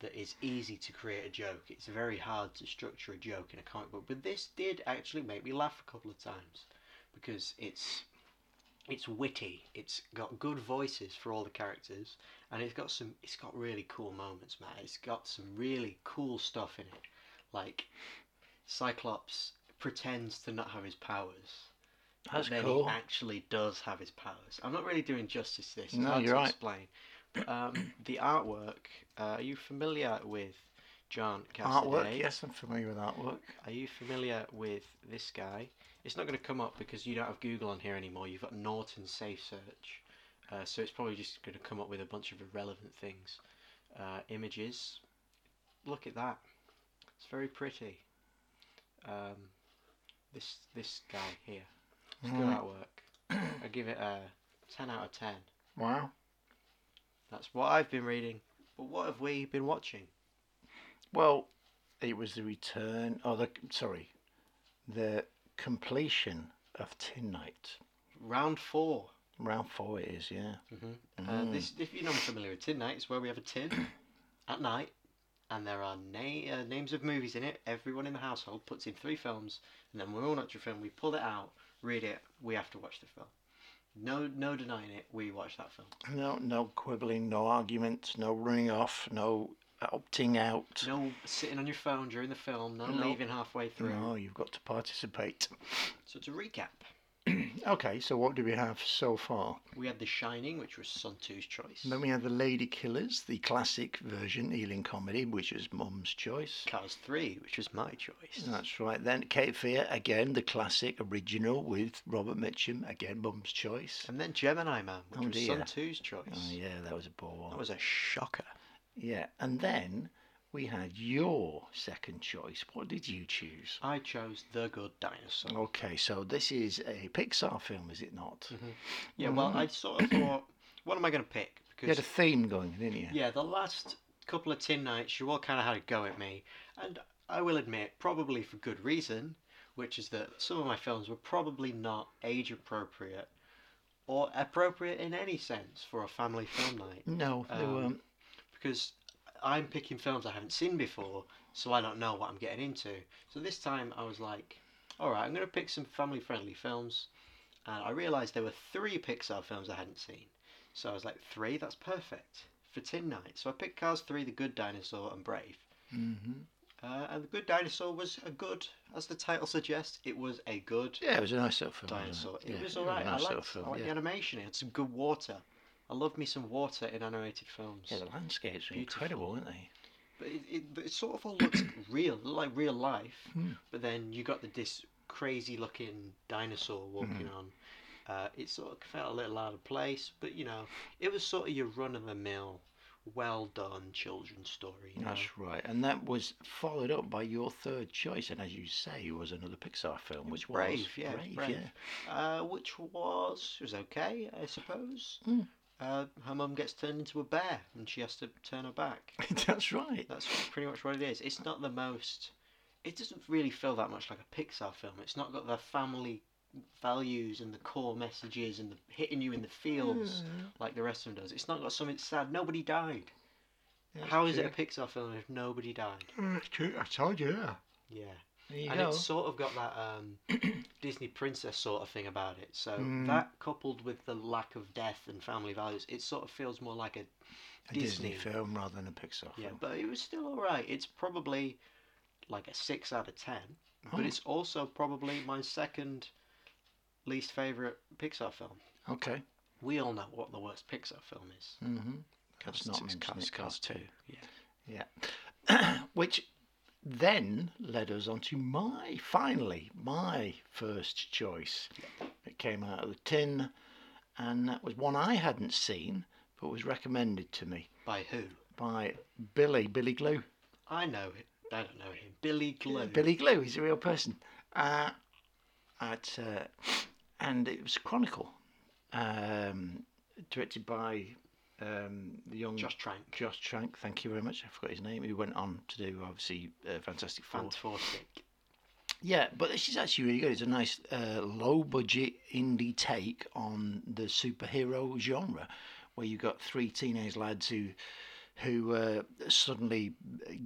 S4: that is easy to create a joke. It's very hard to structure a joke in a comic book, but this did actually make me laugh a couple of times because it's it's witty. It's got good voices for all the characters, and it's got some. It's got really cool moments, Matt. It's got some really cool stuff in it, like Cyclops pretends to not have his powers.
S2: That's
S4: but then
S2: cool.
S4: he actually does have his powers. I'm not really doing justice to this. It's
S2: No,
S4: hard
S2: you're
S4: to
S2: right.
S4: explain. But, um, the artwork. Uh, are you familiar with John Cassaday?
S2: Artwork? Yes, I'm familiar with artwork.
S4: Are you familiar with this guy? It's not going to come up because you don't have Google on here anymore. You've got Norton Safe Search. Uh, so it's probably just going to come up with a bunch of irrelevant things. Uh, images. Look at that. It's very pretty. Um, this this guy here. It's good
S2: Right.
S4: artwork. I give it a 10 out of 10.
S2: Wow.
S4: That's what I've been reading. But what have we been watching?
S2: Well, it was the return, or the, sorry, the completion of Tin Night.
S4: Round 4.
S2: Round four it is, yeah.
S4: Mhm. Uh,
S2: Mm.
S4: this, if you're not familiar with Tin Night, it's where we have a tin at night, and there are na- uh, names of movies in it. Everyone in the household puts in three films, and then we all watch a film. We pull it out, read it. We have to watch the film. No, no denying it. We watch that film.
S2: No, no quibbling, no arguments, no running off, no opting out.
S4: No sitting on your phone during the film. No,
S2: No.
S4: leaving halfway through.
S2: No, Oh, you've got to participate.
S4: So to recap,
S2: Okay, so what do we have so far?
S4: we had The Shining, which was Suntu's choice.
S2: Then we have The Lady Killers, the classic version Ealing comedy, which is Mum's Choice.
S4: Cars Three, which was my choice.
S2: That's right. Then Cape Fear, again the classic original with Robert Mitchum, again Mum's Choice.
S4: And then Gemini Man, which
S2: Oh,
S4: was
S2: dear.
S4: Sun Tzu's choice.
S2: Oh yeah, that was a poor one.
S4: That was a shocker.
S2: Yeah, and then we had your second choice. What did you choose?
S4: I chose The Good Dinosaur.
S2: Okay, so this is a Pixar film, is it not?
S4: Mm, Yeah, well,
S2: Mhm.
S4: I sort of thought, what am I going to pick?
S2: You had
S4: Because
S2: a theme going, didn't you?
S4: yeah, the last couple of tin nights, you all kind of had a go at me, and I will admit, probably for good reason, which is that some of my films were probably not age appropriate or appropriate in any sense for a family film night.
S2: No, they
S4: Um,
S2: weren't.
S4: because I'm picking films I haven't seen before, so I don't know what I'm getting into. So this time I was like, all right, I'm going to pick some family friendly films. And I realised there were three Pixar films I hadn't seen. So I was like, three? That's perfect for Tin Night. So I picked Cars 3, The Good Dinosaur, and Brave.
S2: hmm
S4: Uh, and The Good Dinosaur was a good, as the title suggests, it was a good
S2: Yeah, it was a nice little film. wasn't
S4: dinosaur.
S2: uh, Yeah,
S4: It was alright. I
S2: nice little
S4: liked,
S2: film.
S4: I liked
S2: yeah.
S4: the animation. It had some good water. I love me some water in animated films.
S2: Yeah, the landscapes were
S4: Beautiful.
S2: incredible, weren't they?
S4: But it, it, but it sort of all looks real, like real life.
S2: Hmm.
S4: But then you got the, this crazy looking dinosaur walking
S2: Hmm.
S4: on. Uh, it sort of felt a little out of place, but you know, it was sort of your run of the mill, well done children's story. You know?
S2: That's right. And that was followed up by your third choice, and as you say, was another Pixar film, which
S4: Brave,
S2: was
S4: yeah,
S2: Brave,
S4: Brave.
S2: yeah.
S4: Uh, which was was okay, I suppose.
S2: Hmm.
S4: uh, her mum gets turned into a bear and she has to turn her back.
S2: That's right.
S4: That's pretty much what it is. It's not the most. It doesn't really feel that much like a Pixar film. It's not got the family values and the core messages and the hitting you in the
S2: Hmm.
S4: feels like the rest of them does. It's not got something sad. Nobody died. How is it a Pixar film if nobody died?
S2: That's Mm, true. I told you. Yeah.
S4: Yeah.
S2: There you
S4: and
S2: go.
S4: it's sort of got that um, Disney princess sort of thing about it. So
S2: Mm.
S4: that coupled with the lack of death and family values, it sort of feels more like a
S2: a Disney.
S4: Disney.
S2: film rather than a Pixar
S4: yeah.
S2: film.
S4: But it was still all right. It's probably like a six out of ten.
S2: Oh.
S4: But it's also probably my second least favorite Pixar film.
S2: Okay.
S4: We all know what the worst Pixar film is.
S2: Mm-hmm. That's not
S4: Cars,
S2: mentioning
S4: Cars,
S2: it,
S4: Cars Two. Yeah.
S2: Which then led us on to my, finally, my first choice. It came out of the tin, and that was one I hadn't seen, but was recommended to me
S4: By who?
S2: by Billy, Billy Glue.
S4: I know it. I don't know him. Billy Glue.
S2: Billy Glue, he's a real person. Uh, at, uh, and it was Chronicle, um, directed by um, the young
S4: Josh Trank.
S2: Josh Trank. Thank you very much. I forgot his name. Who went on to do obviously uh, Fantastic Four.
S4: Fantastic.
S2: Yeah, but this is actually really good. It's a nice uh, low budget indie take on the superhero genre, where you've got three teenage lads who who uh, suddenly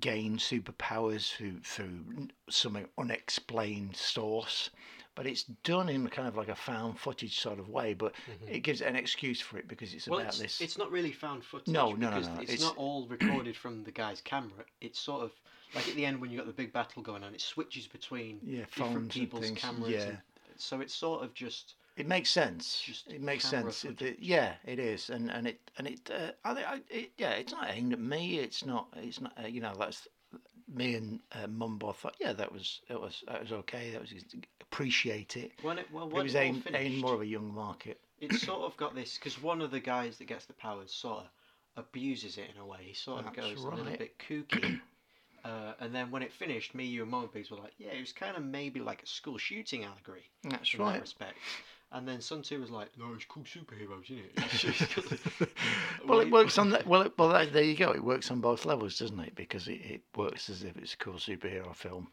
S2: gain superpowers through through some unexplained source. But it's done in kind of like a found footage sort of way, but it gives an excuse for it because it's
S4: Mm-hmm. Well,
S2: about
S4: it's,
S2: this.
S4: it's not really found footage.
S2: No, no, no,
S4: because
S2: no,
S4: It's,
S2: it's-
S4: not all recorded from the guy's camera. It's sort of like at the end when you got the big battle going on, it switches between
S2: Yeah, phones and
S4: different people's
S2: things,
S4: cameras.
S2: yeah.
S4: and- so it's sort of just
S2: It makes sense.
S4: Just
S2: it makes
S4: camera
S2: sense. It- it- yeah, it is, and and it and it, uh, I, thi- I, it. Yeah, it's not aimed at me. It's not. It's not. Uh, you know, that's me and uh, Mumbo thought. Yeah, that was it was that was okay. That was appreciate it.
S4: when it well
S2: But
S4: when
S2: it was
S4: all
S2: aimed, aimed
S4: finished-
S2: more of a young market.
S4: it's sort of got this because one of the guys that gets the powers sort of abuses it in a way. He sort of
S2: That's
S4: goes a little
S2: right.
S4: bit kooky. Uh, and then when it finished, me, you, and Mom Pigs were like, "Yeah, it was kind of maybe like a school shooting allegory
S2: That's
S4: in that respect." And then Sun Two was like, "No, it's called superheroes, isn't it?" It's
S2: well, it works on that. Well, it, well, that- there you go. It works on both levels, doesn't it? Because it, it works as if it's a cool superhero film,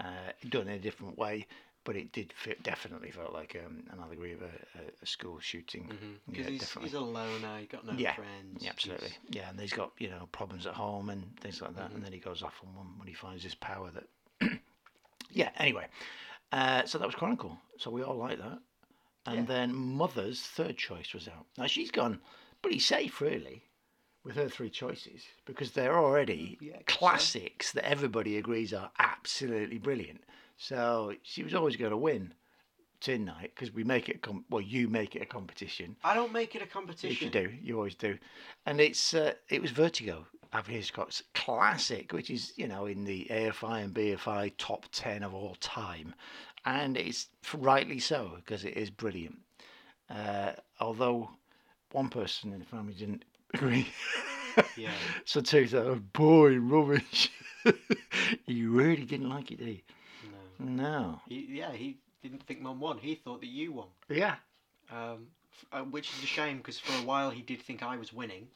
S2: uh, done in a different way. But it did fit, definitely felt like um, an allegory of a, a- a school shooting.
S4: because
S2: Mm-hmm. Yeah,
S4: he's, he's a loner, he got no
S2: Yeah,
S4: friends.
S2: Yeah, absolutely.
S4: he's-
S2: Yeah, and he's got you know problems at home and things like that, and then he goes off on one when he finds his power. That yeah. Anyway, uh, so that was Chronicle. So we all like that. And
S4: Yeah.
S2: then Mother's third choice was out. Now she's gone pretty safe, really, with her three choices because they're already
S4: Yeah, I guess so.
S2: classics that everybody agrees are absolutely brilliant. So she was always going to win tin night because we make it. A com- well, you make it a competition.
S4: I don't make it a
S2: Yes,
S4: competition.
S2: you do. You always do. And it's uh, it was Vertigo, Alfred Hitchcock's classic, which is you know in the AFI and BFI top ten of all time, and it's f- rightly so because it is brilliant. Uh, although one person in the family didn't agree,
S4: Yeah,
S2: so two said, "Oh, "Boy, rubbish." he really didn't like it, did he?
S4: no.
S2: No.
S4: He, yeah, he didn't think Mum won. He thought that you won.
S2: Yeah.
S4: um, f- uh, which is a shame because for a while he did think I was winning,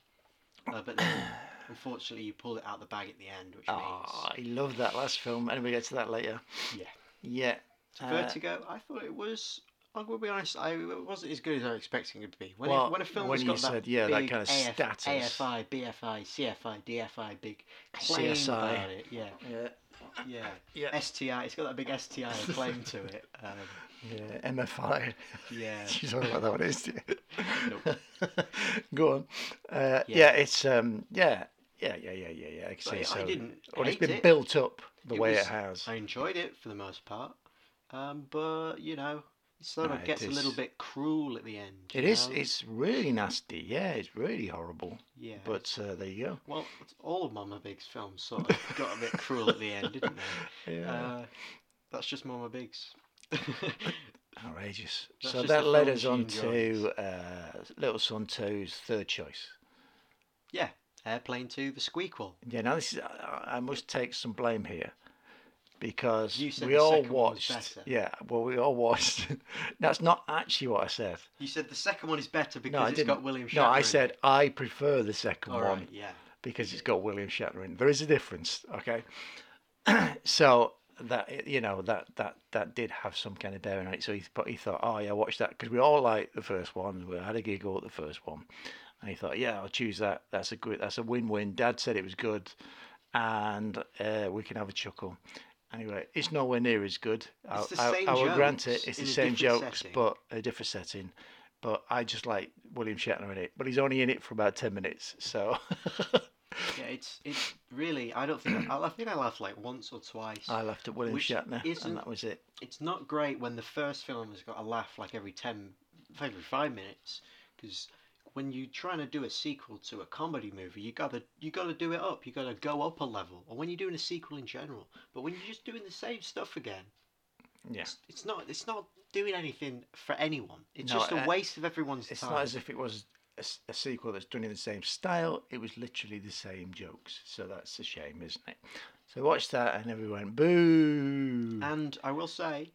S4: uh, but then unfortunately you pulled it out the bag at the end, which
S2: Oh, I love that last film. Anyway, get to that later.
S4: Yeah.
S2: Yeah.
S4: means Vertigo. I thought it was. I will be honest. I it wasn't as good as I was expecting it to be. When,
S2: Well,
S4: it, when a film
S2: when
S4: has got
S2: you
S4: that
S2: said, yeah, that
S4: big
S2: kind of
S4: AF,
S2: status.
S4: AFI, BFI, CFI, DFI, big claim
S2: CSI.
S4: about it. Yeah,
S2: Uh, Yeah.
S4: yeah,
S2: Yeah.
S4: STI. It's got that big STI claim to it. Um,
S2: Yeah, MFI.
S4: yeah.
S2: She's talking about that one, isn't she?
S4: Nope.
S2: Go on. Uh, yeah.
S4: Yeah.
S2: it's um, yeah, yeah, yeah, yeah, yeah, yeah. I can
S4: But
S2: see.
S4: I-
S2: So,
S4: I didn't.
S2: well, it's
S4: hate
S2: been
S4: it.
S2: built up the
S4: It
S2: way it
S4: was-
S2: has.
S4: I enjoyed it for the most part, um, but you know, it sort
S2: No,
S4: of
S2: it
S4: gets a little
S2: is-
S4: bit cruel at the end. you
S2: It is.
S4: know?
S2: It's really nasty. Yeah, it's really horrible.
S4: yeah.
S2: But uh, there you go.
S4: well, it's all of Mama Big's films sort of got a bit cruel at the end, didn't they?
S2: Yeah,
S4: Uh, that's just Mama Big's.
S2: outrageous.
S4: that's
S2: So
S4: just
S2: that
S4: the
S2: led
S4: film
S2: us
S4: she
S2: on to uh, Little Son Two's third choice.
S4: yeah, Airplane Two, The Squeakquel.
S2: Yeah, now this is. I, I must take some blame here because
S4: You said
S2: we
S4: the
S2: all
S4: second one was
S2: watched.
S4: better.
S2: Yeah, well, we all watched. That's not actually what I said.
S4: You said the second one is better because
S2: No, I
S4: it's
S2: didn't.
S4: got William Shatner.
S2: No, I
S4: in it.
S2: said I prefer the second
S4: All
S2: one
S4: right, yeah.
S2: because it's got William Shatner in. There is a difference, okay? so that you know that that that did have some kind of bearing on it. So he, but he thought, oh yeah, watch that because we all liked the first one. We had a giggle at the first one, and he thought, yeah, I'll choose that. That's a good. That's a win-win. Dad said it was good, and uh, we can have a chuckle. Anyway, it's nowhere near as good. I'll-
S4: the
S2: I,
S4: same
S2: I will grant
S4: jokes
S2: it. It's the
S4: in a
S2: same
S4: different
S2: jokes,
S4: setting.
S2: but a different setting. But I just like William Shatner in it. But he's only in it for about ten minutes, so.
S4: Yeah, it's it's really. I don't think I, I think I laughed like once or twice.
S2: I laughed at William
S4: Which
S2: Shatner,
S4: isn't-
S2: and that was it.
S4: It's not great when the first film has got a laugh like every ten, every five minutes, because when you're trying to do a sequel to a comedy movie, you gotta you gotta do it up. You gotta go up a level, or when you're doing a sequel in general. But when you're just doing the same stuff again,
S2: Yeah,
S4: it's, it's not it's not doing anything for anyone. It's
S2: No,
S4: just a
S2: uh,
S4: waste of everyone's
S2: it's
S4: time.
S2: not as if it was a, s- a sequel that's done in the same style. It was literally the same jokes, so that's a shame, isn't it? So watch that, and everyone went boo.
S4: And I will say,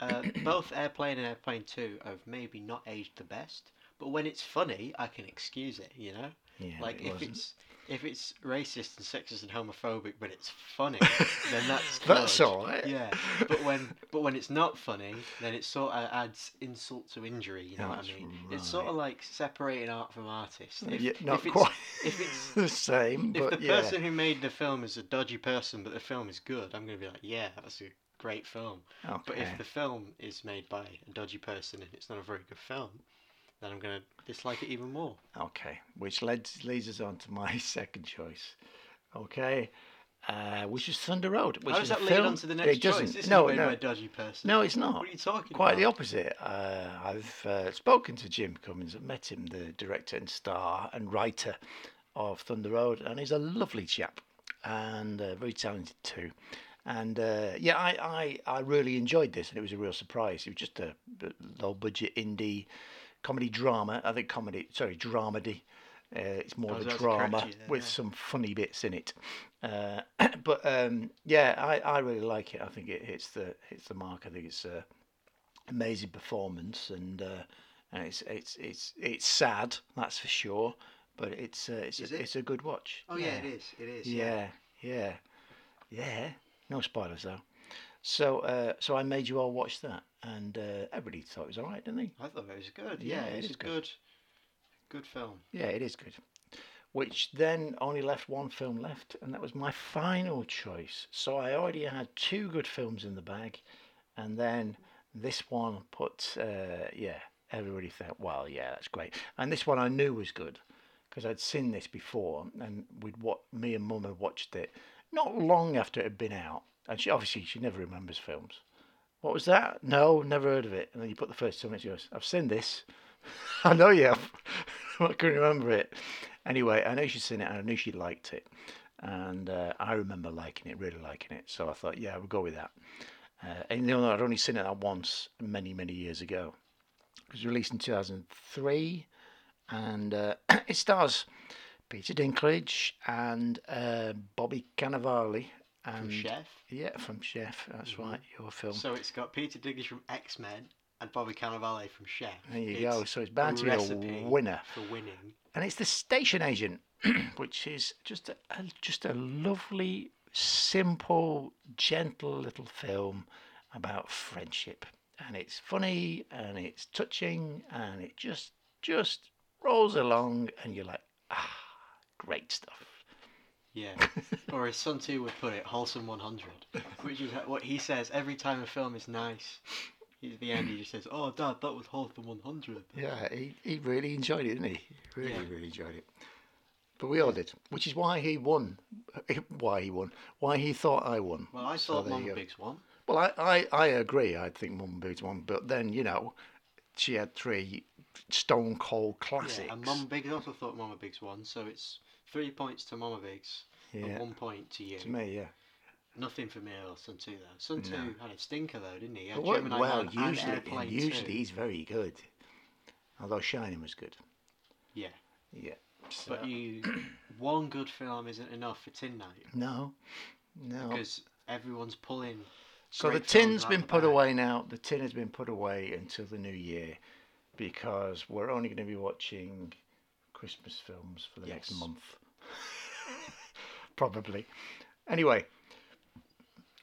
S4: uh, both Airplane and Airplane 2 have maybe not aged the best, but when it's funny, I can excuse it, you know?
S2: yeah, but
S4: like,
S2: it
S4: if
S2: wasn't.
S4: it's if it's racist and sexist and homophobic, but it's funny, then that's good.
S2: that's all right.
S4: Yeah, but when but when it's not funny, then it sort of adds insult to injury. You know
S2: That's
S4: what I mean? It's sort of like separating art from artist. If,
S2: Yeah, not
S4: if it's,
S2: quite
S4: If it's
S2: the same,
S4: if
S2: but
S4: the
S2: yeah.
S4: person who made the film is a dodgy person, but the film is good, I'm gonna be like, yeah, that's a great film.
S2: okay.
S4: But if the film is made by a dodgy person and it's not a very good film, then I'm gonna dislike it even more.
S2: Okay, which leads leads us on to my second choice. Okay, uh, which is Thunder Road. Which
S4: How
S2: is
S4: does that
S2: a
S4: lead
S2: film.
S4: on to the next
S2: it
S4: choice?
S2: doesn't.
S4: This is
S2: no,
S4: made
S2: no,
S4: by a dodgy person.
S2: no, it's not.
S4: What are you talking
S2: Quite the
S4: about?
S2: opposite. Uh, I've uh, spoken to Jim Cummins. I've met him, the director and star and writer of Thunder Road, and he's a lovely chap and uh, very talented too. And uh, yeah, I, I, I really enjoyed this, and it was a real surprise. It was just a low budget indie comedy drama. I think comedy, sorry, dramedy. Uh, it's more
S4: I
S2: of
S4: was
S2: a
S4: about to correct
S2: drama
S4: you there,
S2: with
S4: yeah.
S2: some funny bits in it. Uh, but um, yeah, I, I really like it. I think it hits the hits the mark. I think it's uh, amazing performance, and uh, and it's it's it's it's sad, that's for sure. But it's uh, it's
S4: Is
S2: a,
S4: it?
S2: it's a good watch.
S4: Oh yeah, it is. It is.
S2: Yeah, yeah, yeah. No spoilers though. So uh, so I made you all watch that, and uh, everybody thought it was all right, didn't they?
S4: I thought it was good.
S2: Yeah,
S4: Yeah,
S2: it
S4: it's
S2: is
S4: a
S2: good.
S4: good, good film.
S2: Yeah, it is good. Which then only left one film left, and that was my final choice. So I already had two good films in the bag, and then this one put, uh, yeah, everybody thought, well, yeah, that's great. And this one I knew was good because I'd seen this before, and we'd what me and Mum had watched it not long after it had been out. And she obviously she never remembers films. What was that? No, never heard of it. And then you put the first two minutes, she goes, I've seen this. I know you have. I can remember it. Anyway, I know she'd seen it and I knew she liked it. And uh, I remember liking it, really liking it. So I thought, yeah, we'll go with that. Uh, and you know, I'd only seen it that once many, many years ago. It was released in 2003 and uh, it stars Peter Dinklage and uh, Bobby Cannavale.
S4: From
S2: And,
S4: Chef.
S2: Yeah, from Chef. That's
S4: Mhm.
S2: right, your film.
S4: So it's got Peter Dinklage from X Men and Bobby Cannavale from Chef.
S2: There you
S4: It's
S2: go. So it's bound to be
S4: recipe
S2: a winner,
S4: for winning.
S2: and it's the station agent, which is just a, a just a lovely, simple, gentle little film about friendship, and it's funny and it's touching and it just just rolls along, and you're like, ah, great stuff.
S4: Yeah. or as Sun Tzu would put it, wholesome 100, which is what he says every time a film is nice. He- At the end, he just says, "Oh, Dad, that was wholesome 100."
S2: Yeah, he, he really enjoyed it, didn't he? Really,
S4: Yeah.
S2: really enjoyed it. But we all did, which is why he won. Why he won. Why he thought I won.
S4: Well, I
S2: So
S4: thought
S2: there you
S4: Mama
S2: go.
S4: Big's one.
S2: Well, I, I, I agree. I think Mum Boots won, but then you know, she had three stone cold classics.
S4: Yeah, and Mama Biggs also thought Mama Big's one, so it's three points to Mama Big's
S2: Yeah,
S4: and one point to you.
S2: to me, yeah.
S4: Nothing for me or Sun Tzu though. Sun Tzu
S2: No.
S4: had a stinker though, didn't he? He had
S2: But what-
S4: Gemini
S2: well,
S4: Man and
S2: usually,
S4: Airplane
S2: and usually
S4: 2.
S2: he's very good. Although Shining was good.
S4: Yeah,
S2: Yeah. So,
S4: but you, one good film isn't enough for Tin Night
S2: no, no.
S4: because Everyone's pulling.
S2: So the
S4: great films
S2: tin's
S4: out
S2: been
S4: the
S2: put
S4: bag.
S2: away now. The tin has been put away until the new year because we're only going to be watching Christmas films for the next
S4: Yes.
S2: month. Probably. Anyway,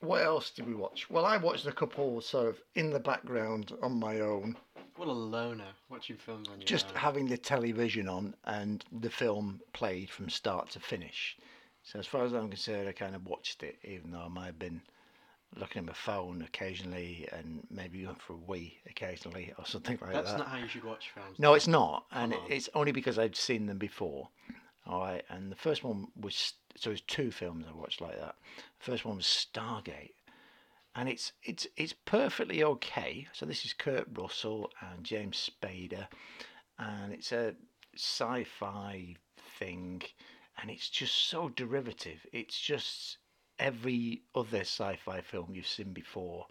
S2: what else did we watch? Well, I watched a couple sort of in the background on my own,
S4: What a loner watching films on your
S2: just
S4: own.
S2: having the television on and the film played from start to finish. So, as far as I'm concerned, I kind of watched it, even though I might have been looking at my phone occasionally and maybe going for a wee occasionally or something like
S4: That's
S2: that.
S4: not how you should watch films.
S2: No, it's not, and
S4: Come on.
S2: it's only because I'd seen them before. All right, and the first one was so it's two films I watched like that. The first one was Stargate, and it's it's it's perfectly okay. So this is Kurt Russell and James Spader, and it's a sci-fi thing, and it's just so derivative. It's just every other sci-fi film you've seen before,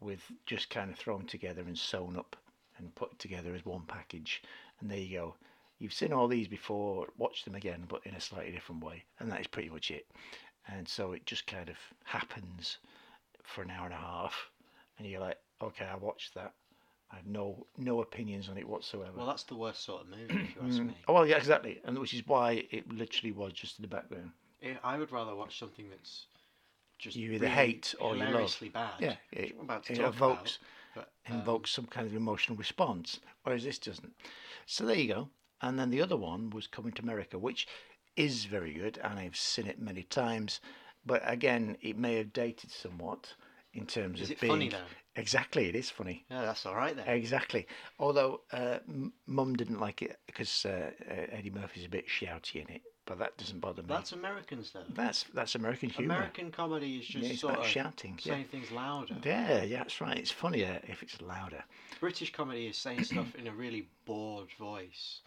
S2: with just kind of thrown together and sewn up and put together as one package. And there you go. You've seen all these before, watch them again, but in a slightly different way. And that is pretty much it. And so it just kind of happens for an hour and a half. And you're like, okay, I watched that. I have no no opinions on it whatsoever.
S4: Well, that's the worst sort of movie, if you ask me.
S2: oh, well, yeah, exactly. And which is why it literally was just in the background.
S4: I- I would rather watch something that's just
S2: You either
S4: really
S2: hate or you love.
S4: hilariously bad.
S2: Yeah,
S4: which
S2: it-
S4: I'm about to
S2: it
S4: talk
S2: evokes-
S4: about, but, um,
S2: invokes some kind of emotional response, whereas this doesn't. So there you go. And then the other one was Coming to America, which is very good, and I've seen it many times. But again, it may have dated somewhat in terms
S4: Is
S2: of
S4: it
S2: being
S4: funny though?
S2: exactly. It is funny.
S4: Yeah, that's all right then.
S2: Exactly. Although uh, m- Mum didn't like it because uh, uh, Eddie Murphy's a bit shouty in it, but that doesn't bother me.
S4: That's Americans though.
S2: that's that's American humour.
S4: American comedy is
S2: yeah,
S4: just
S2: it's
S4: sort
S2: about
S4: of
S2: shouting. Yeah.
S4: saying things louder.
S2: yeah, yeah, that's right. It's funnier if it's louder.
S4: British comedy is saying stuff in a really bored voice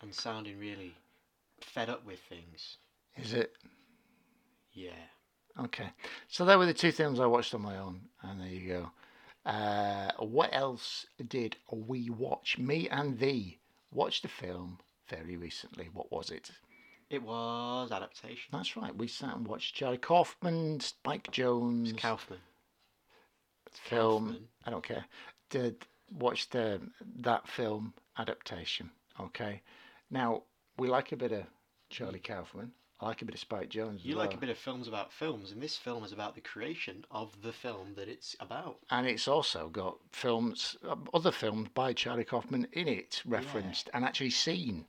S4: and sounding really fed up with things.
S2: Is it?
S4: Yeah.
S2: Okay. So there were the two films I watched on my own, and there you go. Uh, what else did we watch? Me and thee watched a film very recently. What was it?
S4: It was adaptation.
S2: That's right. We sat and watched Charlie Kaufman, Spike Jones
S4: It's Kaufman.
S2: film.
S4: Kaufman.
S2: I don't care. Did watch the that film adaptation. Okay. Now we like a bit of Charlie Kaufman. I like a bit of Spike Jones. as
S4: You like a
S2: well.
S4: bit of films about films, and this film is about the creation of the film that it's about.
S2: and it's also got films, uh, other films by Charlie Kaufman in it, referenced and actually seen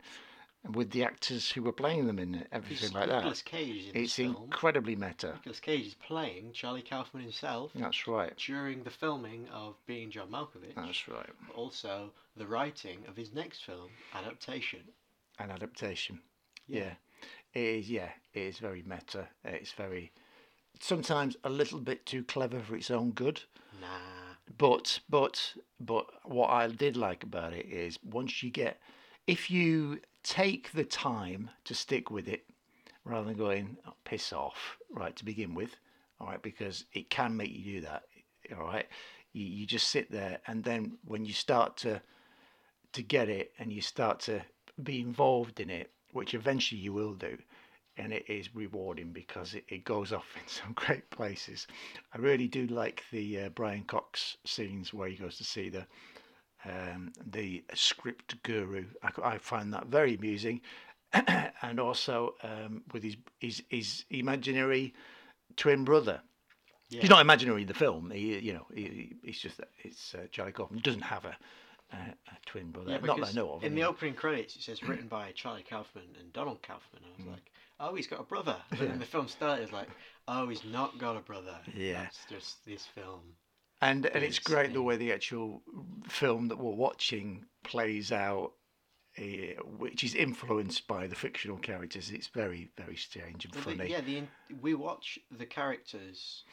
S2: with the actors who were playing them in it, everything like
S4: Nicolas
S2: that.
S4: Cage in
S2: It's
S4: this film.
S2: incredibly meta.
S4: Nicolas Cage is playing Charlie Kaufman himself
S2: That's right.
S4: during the filming of Being John Malkovich,
S2: That's right.
S4: but also the writing of his next film, Adaptation.
S2: An adaptation. Yeah. It is, yeah, it is very meta. It's very, sometimes a little bit too clever for its own good.
S4: Nah.
S2: but but but what I did like about it is once you get if you take the time to stick with it rather than going "Oh, piss off right to begin with all right because it can make you do that all right you, you just sit there and then when you start to to get it and you start to be involved in it which eventually you will do and it is rewarding because it, it goes off in some great places. I really do like the uh, Brian Cox scenes where he goes to see the um, the script guru. I, c- I find that very amusing, and also um, with his, his his imaginary twin brother.
S4: Yeah.
S2: He's not imaginary in the film. He, you know, he, he's just it's uh, Charlie Kaufman doesn't have a, a, a twin brother.
S4: Yeah,
S2: not that I
S4: because
S2: know of.
S4: in the
S2: anyway.
S4: opening credits, it says written by Charlie Kaufman and Donald Kaufman. I
S2: Hmm.
S4: was like, oh, he's got a brother. And then the film started like, oh, he's not got a brother.
S2: Yeah.
S4: That's just this film.
S2: and and it's
S4: Yes,
S2: great the
S4: and-
S2: way the actual film that we're watching plays out eh, which is influenced by the fictional characters it's very very strange and
S4: Well,
S2: funny
S4: The, yeah, the in- we watch the characters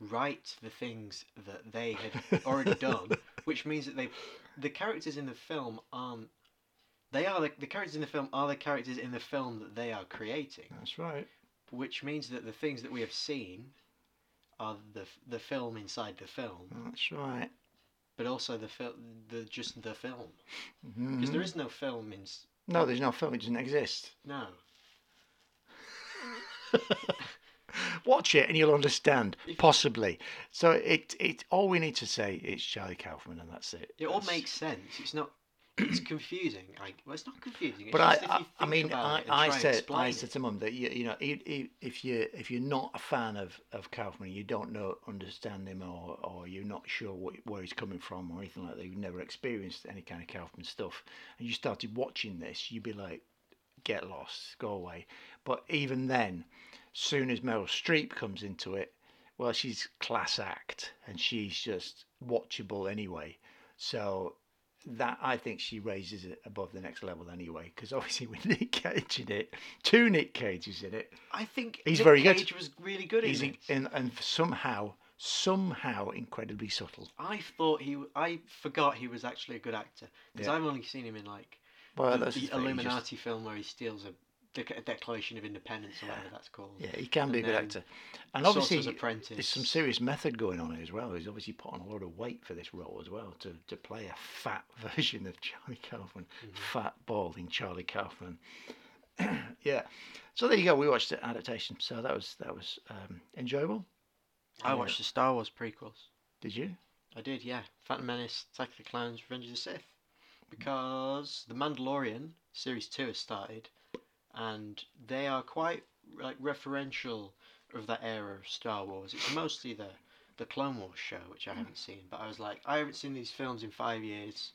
S4: write the things that they had already done, which means that they, the characters in the film aren't. They are the, the characters in the film are the characters in the film that they are creating,
S2: that's right
S4: which means that the things that we have seen are the f- the film inside the film,
S2: that's right
S4: but also the fil- the just the film because
S2: Mhm.
S4: there is no film in s-
S2: no there's no film it doesn't exist
S4: no.
S2: Watch it and you'll understand,
S4: If-
S2: possibly. So it it all we need to say is Charlie Kaufman and that's it.
S4: It all
S2: That's-
S4: makes sense. It's not. It's confusing. I, well, it's not confusing. It's
S2: But I,
S4: just if you
S2: I, I
S4: think
S2: mean,
S4: about
S2: I,
S4: it and
S2: I
S4: try and
S2: said, I
S4: explain
S2: said
S4: it.
S2: to Mum that you, you know, i i if you if you're not a fan of, of Kaufman, you don't know understand him, or, or you're not sure what, where he's coming from, or anything like that. You've never experienced any kind of Kaufman stuff, and you started watching this, you'd be like, get lost, go away. But even then, soon as Meryl Streep comes into it, well, she's class act, and she's just watchable anyway. So that I think she raises it above the next level anyway, because obviously with Nick Cage in it, two Nick Cages in it,
S4: I think
S2: He's
S4: Nick
S2: very good.
S4: Cage was really good
S2: he's
S4: in
S2: in,
S4: it.
S2: and, and somehow, somehow incredibly subtle.
S4: I thought he. w- I forgot he was actually a good actor because
S2: Yeah.
S4: I've only seen him in like
S2: Well,
S4: the,
S2: that's
S4: the
S2: the thing, he just-
S4: Illuminati film where he steals a, dec- a Declaration of Independence or whatever that's called.
S2: yeah, he can be a
S4: and
S2: good
S4: then
S2: actor, and
S4: Sorcerer's
S2: obviously
S4: Apprentice.
S2: there's some serious method going on here as well. He's obviously put on a lot of weight for this role as well to, to play a fat version of Charlie Kaufman,
S4: Mm-hmm.
S2: fat balding Charlie Kaufman. yeah, so there you go. We watched the adaptation, so that was that was um, enjoyable.
S4: I
S2: Yeah.
S4: watched the Star Wars prequels.
S2: Did you?
S4: I did, yeah. Phantom Menace, Attack of the Clowns, Revenge of the Sith. Because The Mandalorian series two has started, and they are quite like referential of that era of Star Wars. It's mostly the the Clone Wars show, which I haven't seen. But I was like, I haven't seen these films in five years.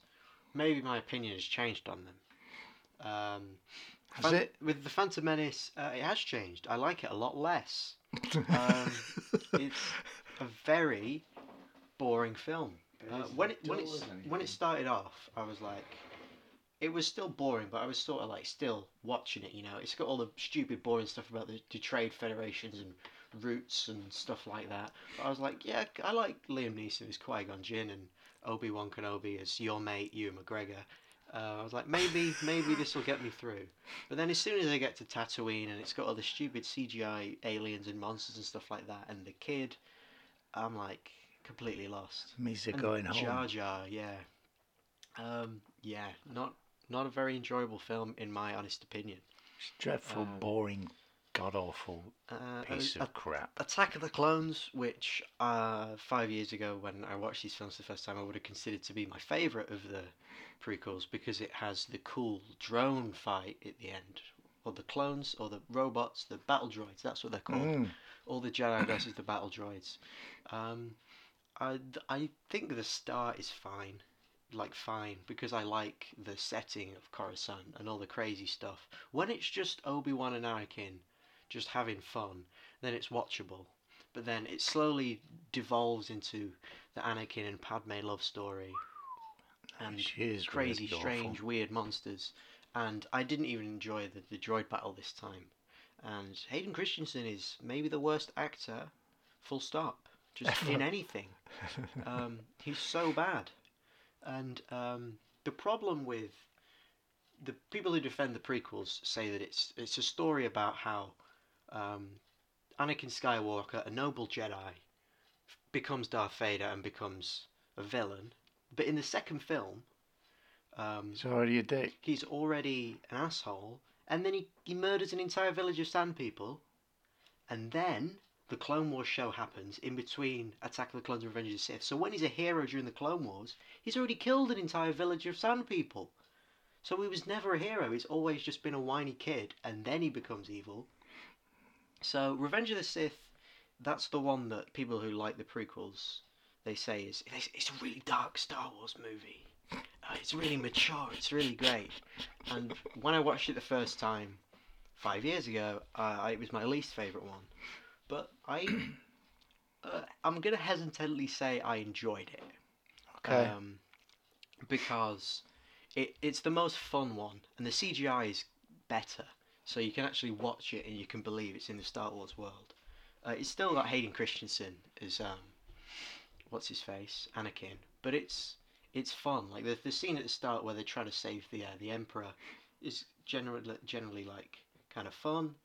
S4: Maybe my opinion has changed on them. Um,
S2: Has it?
S4: With the Phantom Menace, uh, it has changed. I like it a lot less. Um, it's a very boring film. Uh, when it when it when it started off, I was like, it was still boring, but I was sort of like still watching it. You know, it's got all the stupid boring stuff about the, the trade federations and routes and stuff like that. But I was like, yeah, I like Liam Neeson as Qui Gon Jinn and Obi Wan Kenobi as your mate Ewan McGregor. Uh, I was like, maybe, maybe this will get me through. But then, as soon as I get to Tatooine and it's got all the stupid CGI aliens and monsters and stuff like that, and the kid, I'm like completely lost.
S2: Means they're
S4: And
S2: going home.
S4: Jar Jar, yeah. Um, yeah, not not a very enjoyable film in my honest opinion.
S2: It's dreadful,
S4: Um,
S2: boring, god awful
S4: Uh,
S2: piece
S4: a-
S2: of crap.
S4: Attack of the Clones, which uh, five years ago when I watched these films the first time, I would have considered to be my favourite of the prequels because it has the cool drone fight at the end. Or the clones, or the robots, the battle droids, that's what they're called.
S2: Mm.
S4: All the Jedi versus the battle droids. Um, I, th- I think the start is fine. Like, fine, because I like the setting of Coruscant and all the crazy stuff. When it's just Obi Wan and Anakin just having fun, then it's watchable. But then it slowly devolves into the Anakin and Padme love story and
S2: She is
S4: crazy,
S2: really awful.
S4: strange, weird monsters. And I didn't even enjoy the, the droid battle this time. And Hayden Christensen is maybe the worst actor, full stop, just in anything. Um, he's so bad. And um, the problem with the people who defend the prequels say that it's it's a story about how um, Anakin Skywalker, a noble Jedi, becomes Darth Vader and becomes a villain. But in the second film, um,
S2: It's already a dick.
S4: he's already an asshole, and then he, he murders an entire village of sand people, and then the Clone Wars show happens in between Attack of the Clones and Revenge of the Sith. So when he's a hero during the Clone Wars, he's already killed an entire village of sand people. So he was never a hero. He's always just been a whiny kid, and then he becomes evil. So Revenge of the Sith, that's the one that people who like the prequels they say is it's it's a really dark Star Wars movie. Uh, it's really mature. It's really great. And when I watched it the first time, five years ago, uh, I- it was my least favorite one. But I, uh, I'm gonna hesitantly say I enjoyed it.
S2: Okay.
S4: Um, because it, it's the most fun one, and the CGI is better, so you can actually watch it and you can believe it's in the Star Wars world. Uh, it's still got Hayden Christensen as um, what's his face, Anakin, but it's it's fun. Like the the scene at the start where they're trying to save the uh, the Emperor is generally generally like kind of fun.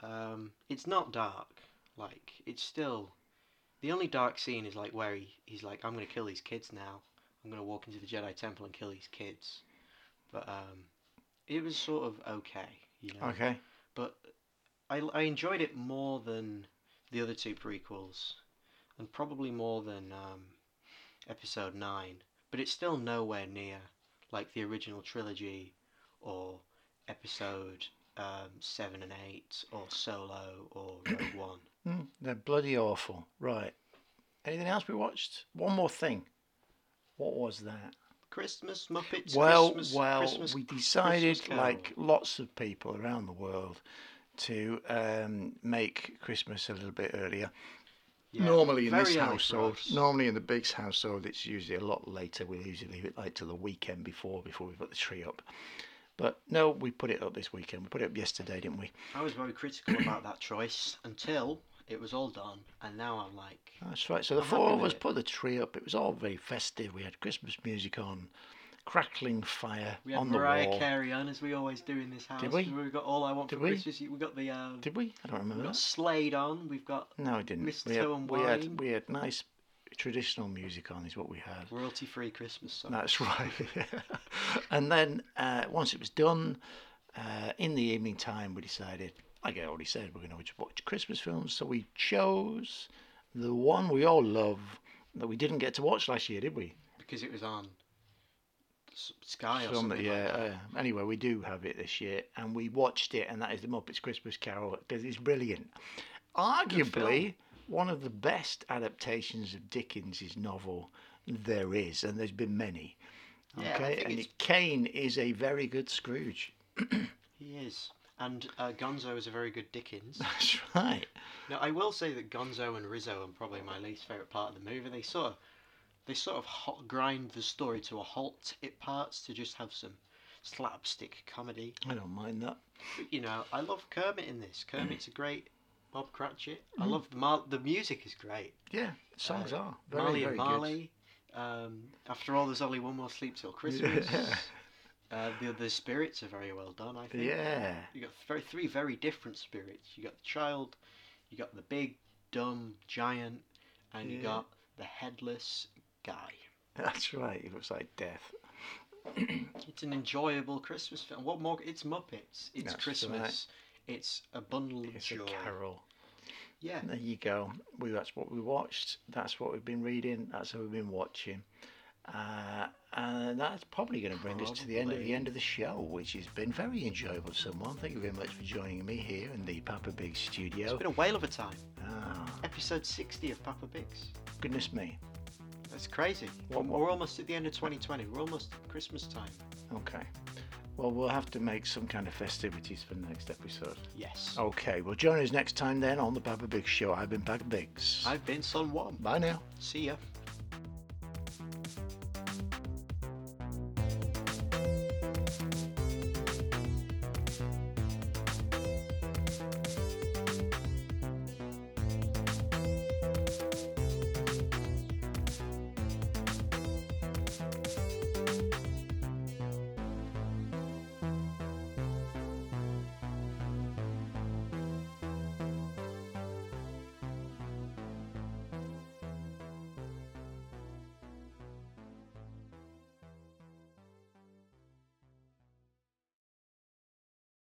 S4: Um, it's not dark. Like it's still the only dark scene is like where he, he's like, I'm gonna kill these kids now. I'm gonna walk into the Jedi Temple and kill these kids. But um, it was sort of okay, you know.
S2: okay.
S4: But I, I enjoyed it more than the other two prequels, and probably more than um, Episode Nine. But it's still nowhere near like the original trilogy, or Episode um, Seven and Eight, or Solo, or Rogue One.
S2: Hmm, they're bloody awful. Right. Anything else we watched? One more thing. What was that?
S4: Christmas Muppets.
S2: well,
S4: Christmas,
S2: well,
S4: Christmas,
S2: we
S4: Christmas
S2: decided,
S4: Carol.
S2: like lots of people around the world, to um, make Christmas a little bit earlier.
S4: Yeah,
S2: normally in this
S4: very early for
S2: household,
S4: us.
S2: normally in the big's household, it's usually a lot later. We usually leave it like till the weekend before before we put the tree up. But no, we put it up this weekend. We put it up yesterday, didn't we?
S4: I was very critical about that choice until it was all done, and now I'm like,
S2: That's right. So the
S4: I'm
S2: four
S4: happy
S2: of
S4: with
S2: us
S4: it.
S2: put the tree up. It was all very festive. We had Christmas music on, crackling fire
S4: we had
S2: on the
S4: Mariah
S2: wall.
S4: Carey on as we always do in this house.
S2: we?
S4: got all I want
S2: Did
S4: for
S2: we?
S4: Christmas. We got the um,
S2: Did we? I don't remember.
S4: we've got
S2: that.
S4: Slade on. We've got
S2: No, I didn't. we,
S4: Mistletoe
S2: had,
S4: and
S2: we
S4: wine.
S2: had we had nice traditional music on, is what we had.
S4: royalty-free Christmas songs.
S2: That's right. and then uh, once it was done, uh, in the evening time, we decided, like I already said, we're going to watch Christmas films. So we chose the one we all love that we didn't get to watch last year, did we?
S4: because it was on S- Sky or
S2: Some
S4: something.
S2: that-
S4: like
S2: yeah.
S4: that.
S2: uh, anyway, we do have it this year, and we watched it, and that is the Muppets Christmas Carol because it's brilliant. Arguably, one of the best adaptations of Dickens's novel there is, and there's been many.
S4: Yeah, I
S2: okay,
S4: think
S2: and
S4: it's-
S2: Kane is a very good Scrooge.
S4: He is. And uh, Gonzo is a very good Dickens.
S2: That's right.
S4: now I will say that Gonzo and Rizzo are probably my least favorite part of the movie. They sort of, they sort of ho- grind the story to a halt at parts to just have some slapstick comedy.
S2: I don't mind that.
S4: But, you know, I love Kermit in this. Kermit's a great Bob Cratchit. I
S2: Mm-hmm.
S4: love the Mar- the music is great.
S2: Yeah, songs are
S4: Uh,
S2: very,
S4: Marley
S2: very
S4: and Marley. Um, after all, there's only one more sleep till Christmas.
S2: Yeah.
S4: Uh, the the spirits are very well done. I
S2: good.
S4: think.
S2: Yeah,
S4: You got very three very different spirits. You got the child, you got the big dumb giant, and you
S2: Yeah.
S4: got the headless guy.
S2: that's right. It looks like death.
S4: It's an enjoyable Christmas film. What more? It's Muppets. It's
S2: That's right.
S4: Christmas. It's a bundle of
S2: It's
S4: joy.
S2: a carol.
S4: Yeah.
S2: There you go. We that's what we watched. That's what we've been reading. That's what we've been watching. Uh, and that's probably going to bring us to the end of the
S4: Probably.
S2: end of the show, which has been very enjoyable. Someone, thank you very much for joining me here in the Papa Big
S4: It's
S2: studio.
S4: been a whale of a time.
S2: Ah,
S4: Episode 60 of Papa Bix.
S2: goodness me.
S4: That's crazy.
S2: What- what-
S4: We're almost at the end of 2020. We're almost at Christmas time.
S2: Okay. Well, we'll have to make some kind of festivities for the next episode.
S4: Yes.
S2: Okay. Well, join us next time then on the Papa Big Show. I've been Papa Biggs.
S4: I've been Son One.
S2: Bye now.
S4: See ya.